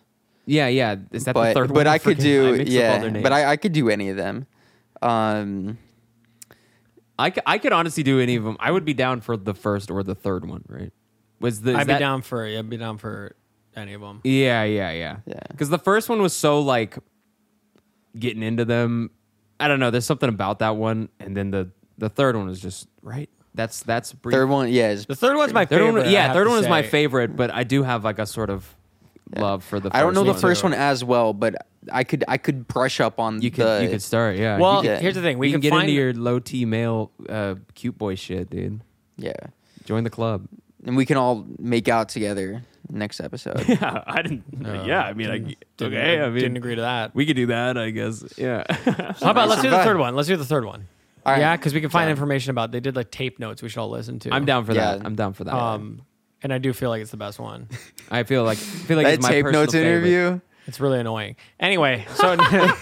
[SPEAKER 3] Yeah, yeah. Is that
[SPEAKER 2] But
[SPEAKER 3] the third one?
[SPEAKER 2] but I could
[SPEAKER 3] forget. I
[SPEAKER 2] do
[SPEAKER 3] mix up all
[SPEAKER 2] yeah.
[SPEAKER 3] their
[SPEAKER 2] But
[SPEAKER 3] names.
[SPEAKER 2] I, I could do any of them. Um.
[SPEAKER 3] I, c- I could honestly do any of them. I would be down for the first or the third one, right? Was the, is
[SPEAKER 1] I'd
[SPEAKER 3] that,
[SPEAKER 1] be down for. I'd be down for any of them.
[SPEAKER 3] Yeah, yeah, yeah.
[SPEAKER 2] Yeah.
[SPEAKER 3] Because the first one was so like getting into them. I don't know. There's something about that one, and then the the third one was just right. That's that's brief.
[SPEAKER 2] Third one, yeah, is-
[SPEAKER 1] The third one's my
[SPEAKER 3] Third
[SPEAKER 1] favorite.
[SPEAKER 3] one,
[SPEAKER 1] I
[SPEAKER 3] yeah.
[SPEAKER 1] have
[SPEAKER 3] Third
[SPEAKER 1] to
[SPEAKER 3] one is my
[SPEAKER 1] say.
[SPEAKER 3] favorite, but I do have like a sort of love for the. First
[SPEAKER 2] I don't know the
[SPEAKER 3] one.
[SPEAKER 2] first one as well, but I could I could brush up on
[SPEAKER 3] You could
[SPEAKER 2] the
[SPEAKER 3] you could start. Yeah.
[SPEAKER 1] Well,
[SPEAKER 3] you
[SPEAKER 2] Yeah.
[SPEAKER 1] here's the thing:
[SPEAKER 3] can,
[SPEAKER 1] we
[SPEAKER 3] you
[SPEAKER 1] can,
[SPEAKER 3] can get
[SPEAKER 1] find
[SPEAKER 3] into your low T male uh, cute boy shit, dude.
[SPEAKER 2] yeah,
[SPEAKER 3] Join the club.
[SPEAKER 2] and we can all make out together next episode.
[SPEAKER 3] Yeah, I didn't. yeah, I mean, I,
[SPEAKER 1] Didn't- didn't agree to that.
[SPEAKER 3] We could do that, I guess. Yeah.
[SPEAKER 1] How about let's do the
[SPEAKER 2] survive.
[SPEAKER 1] third one? Let's do the third one.
[SPEAKER 2] All right.
[SPEAKER 1] Yeah, because we can find information about. They did like tape notes. We should all listen to.
[SPEAKER 3] I'm down for
[SPEAKER 2] Yeah.
[SPEAKER 3] that. I'm down for that.
[SPEAKER 1] Um, and I do feel like it's the best one.
[SPEAKER 3] I feel like I feel like
[SPEAKER 2] that
[SPEAKER 3] it's my
[SPEAKER 2] tape
[SPEAKER 3] personal
[SPEAKER 2] notes
[SPEAKER 3] favorite.
[SPEAKER 2] interview.
[SPEAKER 1] It's really annoying. Anyway, so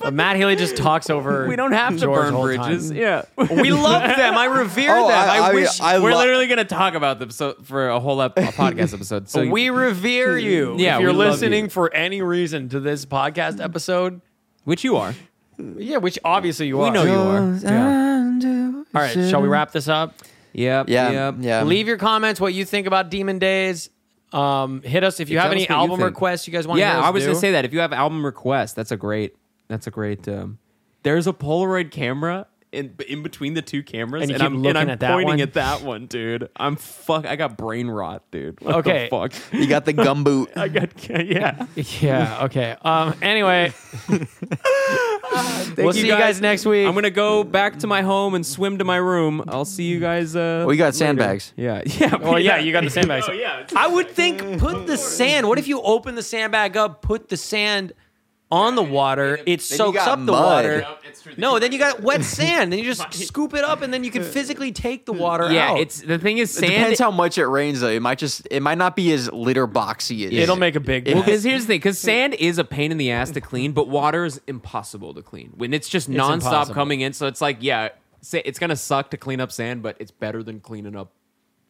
[SPEAKER 1] But Matt Healy just talks over.
[SPEAKER 3] We don't have to
[SPEAKER 1] George
[SPEAKER 3] burn
[SPEAKER 1] the whole
[SPEAKER 3] bridges.
[SPEAKER 1] time.
[SPEAKER 3] Yeah, we love them. I revere
[SPEAKER 2] Oh,
[SPEAKER 3] them. I,
[SPEAKER 2] I- I-
[SPEAKER 3] wish
[SPEAKER 2] I
[SPEAKER 3] we're
[SPEAKER 2] lo-
[SPEAKER 3] literally going to talk about them so for a whole ep- a podcast episode. So
[SPEAKER 1] we revere you.
[SPEAKER 3] Yeah,
[SPEAKER 1] if you're
[SPEAKER 3] we love
[SPEAKER 1] listening
[SPEAKER 3] you.
[SPEAKER 1] for any reason to this podcast episode,
[SPEAKER 3] which you are.
[SPEAKER 1] yeah, which obviously you are.
[SPEAKER 3] know you are.
[SPEAKER 1] All right, shall we wrap this up?
[SPEAKER 3] Yep.
[SPEAKER 2] Yeah,
[SPEAKER 3] Yep.
[SPEAKER 2] yeah.
[SPEAKER 1] Leave your comments what you think about Demon Days. Um, hit us if you
[SPEAKER 3] Yeah,
[SPEAKER 1] have
[SPEAKER 3] tell
[SPEAKER 1] any
[SPEAKER 3] us what you
[SPEAKER 1] album
[SPEAKER 3] think.
[SPEAKER 1] requests you guys want.
[SPEAKER 3] Yeah,
[SPEAKER 1] to
[SPEAKER 3] I was
[SPEAKER 1] going
[SPEAKER 3] gonna
[SPEAKER 1] to
[SPEAKER 3] say that if you have album requests, that's a great. That's a great. Um, there's a Polaroid camera in in between the two cameras,
[SPEAKER 1] And
[SPEAKER 3] and,
[SPEAKER 1] you keep
[SPEAKER 3] I'm
[SPEAKER 1] looking
[SPEAKER 3] and I'm
[SPEAKER 1] at that
[SPEAKER 3] pointing
[SPEAKER 1] one?
[SPEAKER 3] at that one, dude. I'm fuck. I got brain rot, dude. What
[SPEAKER 1] Okay.
[SPEAKER 3] the fuck.
[SPEAKER 2] You got the gumboot.
[SPEAKER 3] I got yeah.
[SPEAKER 1] Yeah. Okay. Um. Anyway, we'll see you guys. next week.
[SPEAKER 3] I'm gonna go back to my home and swim to my room. I'll see you guys. Uh,
[SPEAKER 2] We got
[SPEAKER 3] later.
[SPEAKER 2] sandbags.
[SPEAKER 3] Yeah, yeah.
[SPEAKER 1] well, yeah, you got the sandbags.
[SPEAKER 3] Oh, yeah.
[SPEAKER 1] I would think put the sand. What if you open the sandbag up, put the sand on the water, it soaks
[SPEAKER 2] got
[SPEAKER 1] up the
[SPEAKER 2] mud.
[SPEAKER 1] water.
[SPEAKER 2] Yep,
[SPEAKER 1] No, then you got wet sand. Then you just scoop it up, and then you can physically take the water
[SPEAKER 3] Yeah,
[SPEAKER 1] out.
[SPEAKER 3] it's the thing is
[SPEAKER 2] It
[SPEAKER 3] sand.
[SPEAKER 2] depends how much it rains though. It might just it might not be as litter boxy as
[SPEAKER 1] it'll make a big.
[SPEAKER 2] It-
[SPEAKER 1] mess.
[SPEAKER 3] Because here's the thing, because sand is a pain in the ass to clean, but water is impossible to clean when it's just nonstop
[SPEAKER 1] impossible.
[SPEAKER 3] coming in. So it's like, yeah, sa- it's gonna suck to clean up sand, but it's better than cleaning up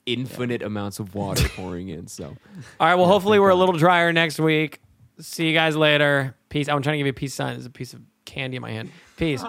[SPEAKER 3] infinite amounts of water pouring in. So
[SPEAKER 1] All right. Well, hopefully we're a little drier next week. See you guys later. Peace. I'm trying to give you a peace sign. There's a piece of candy in my hand. Peace.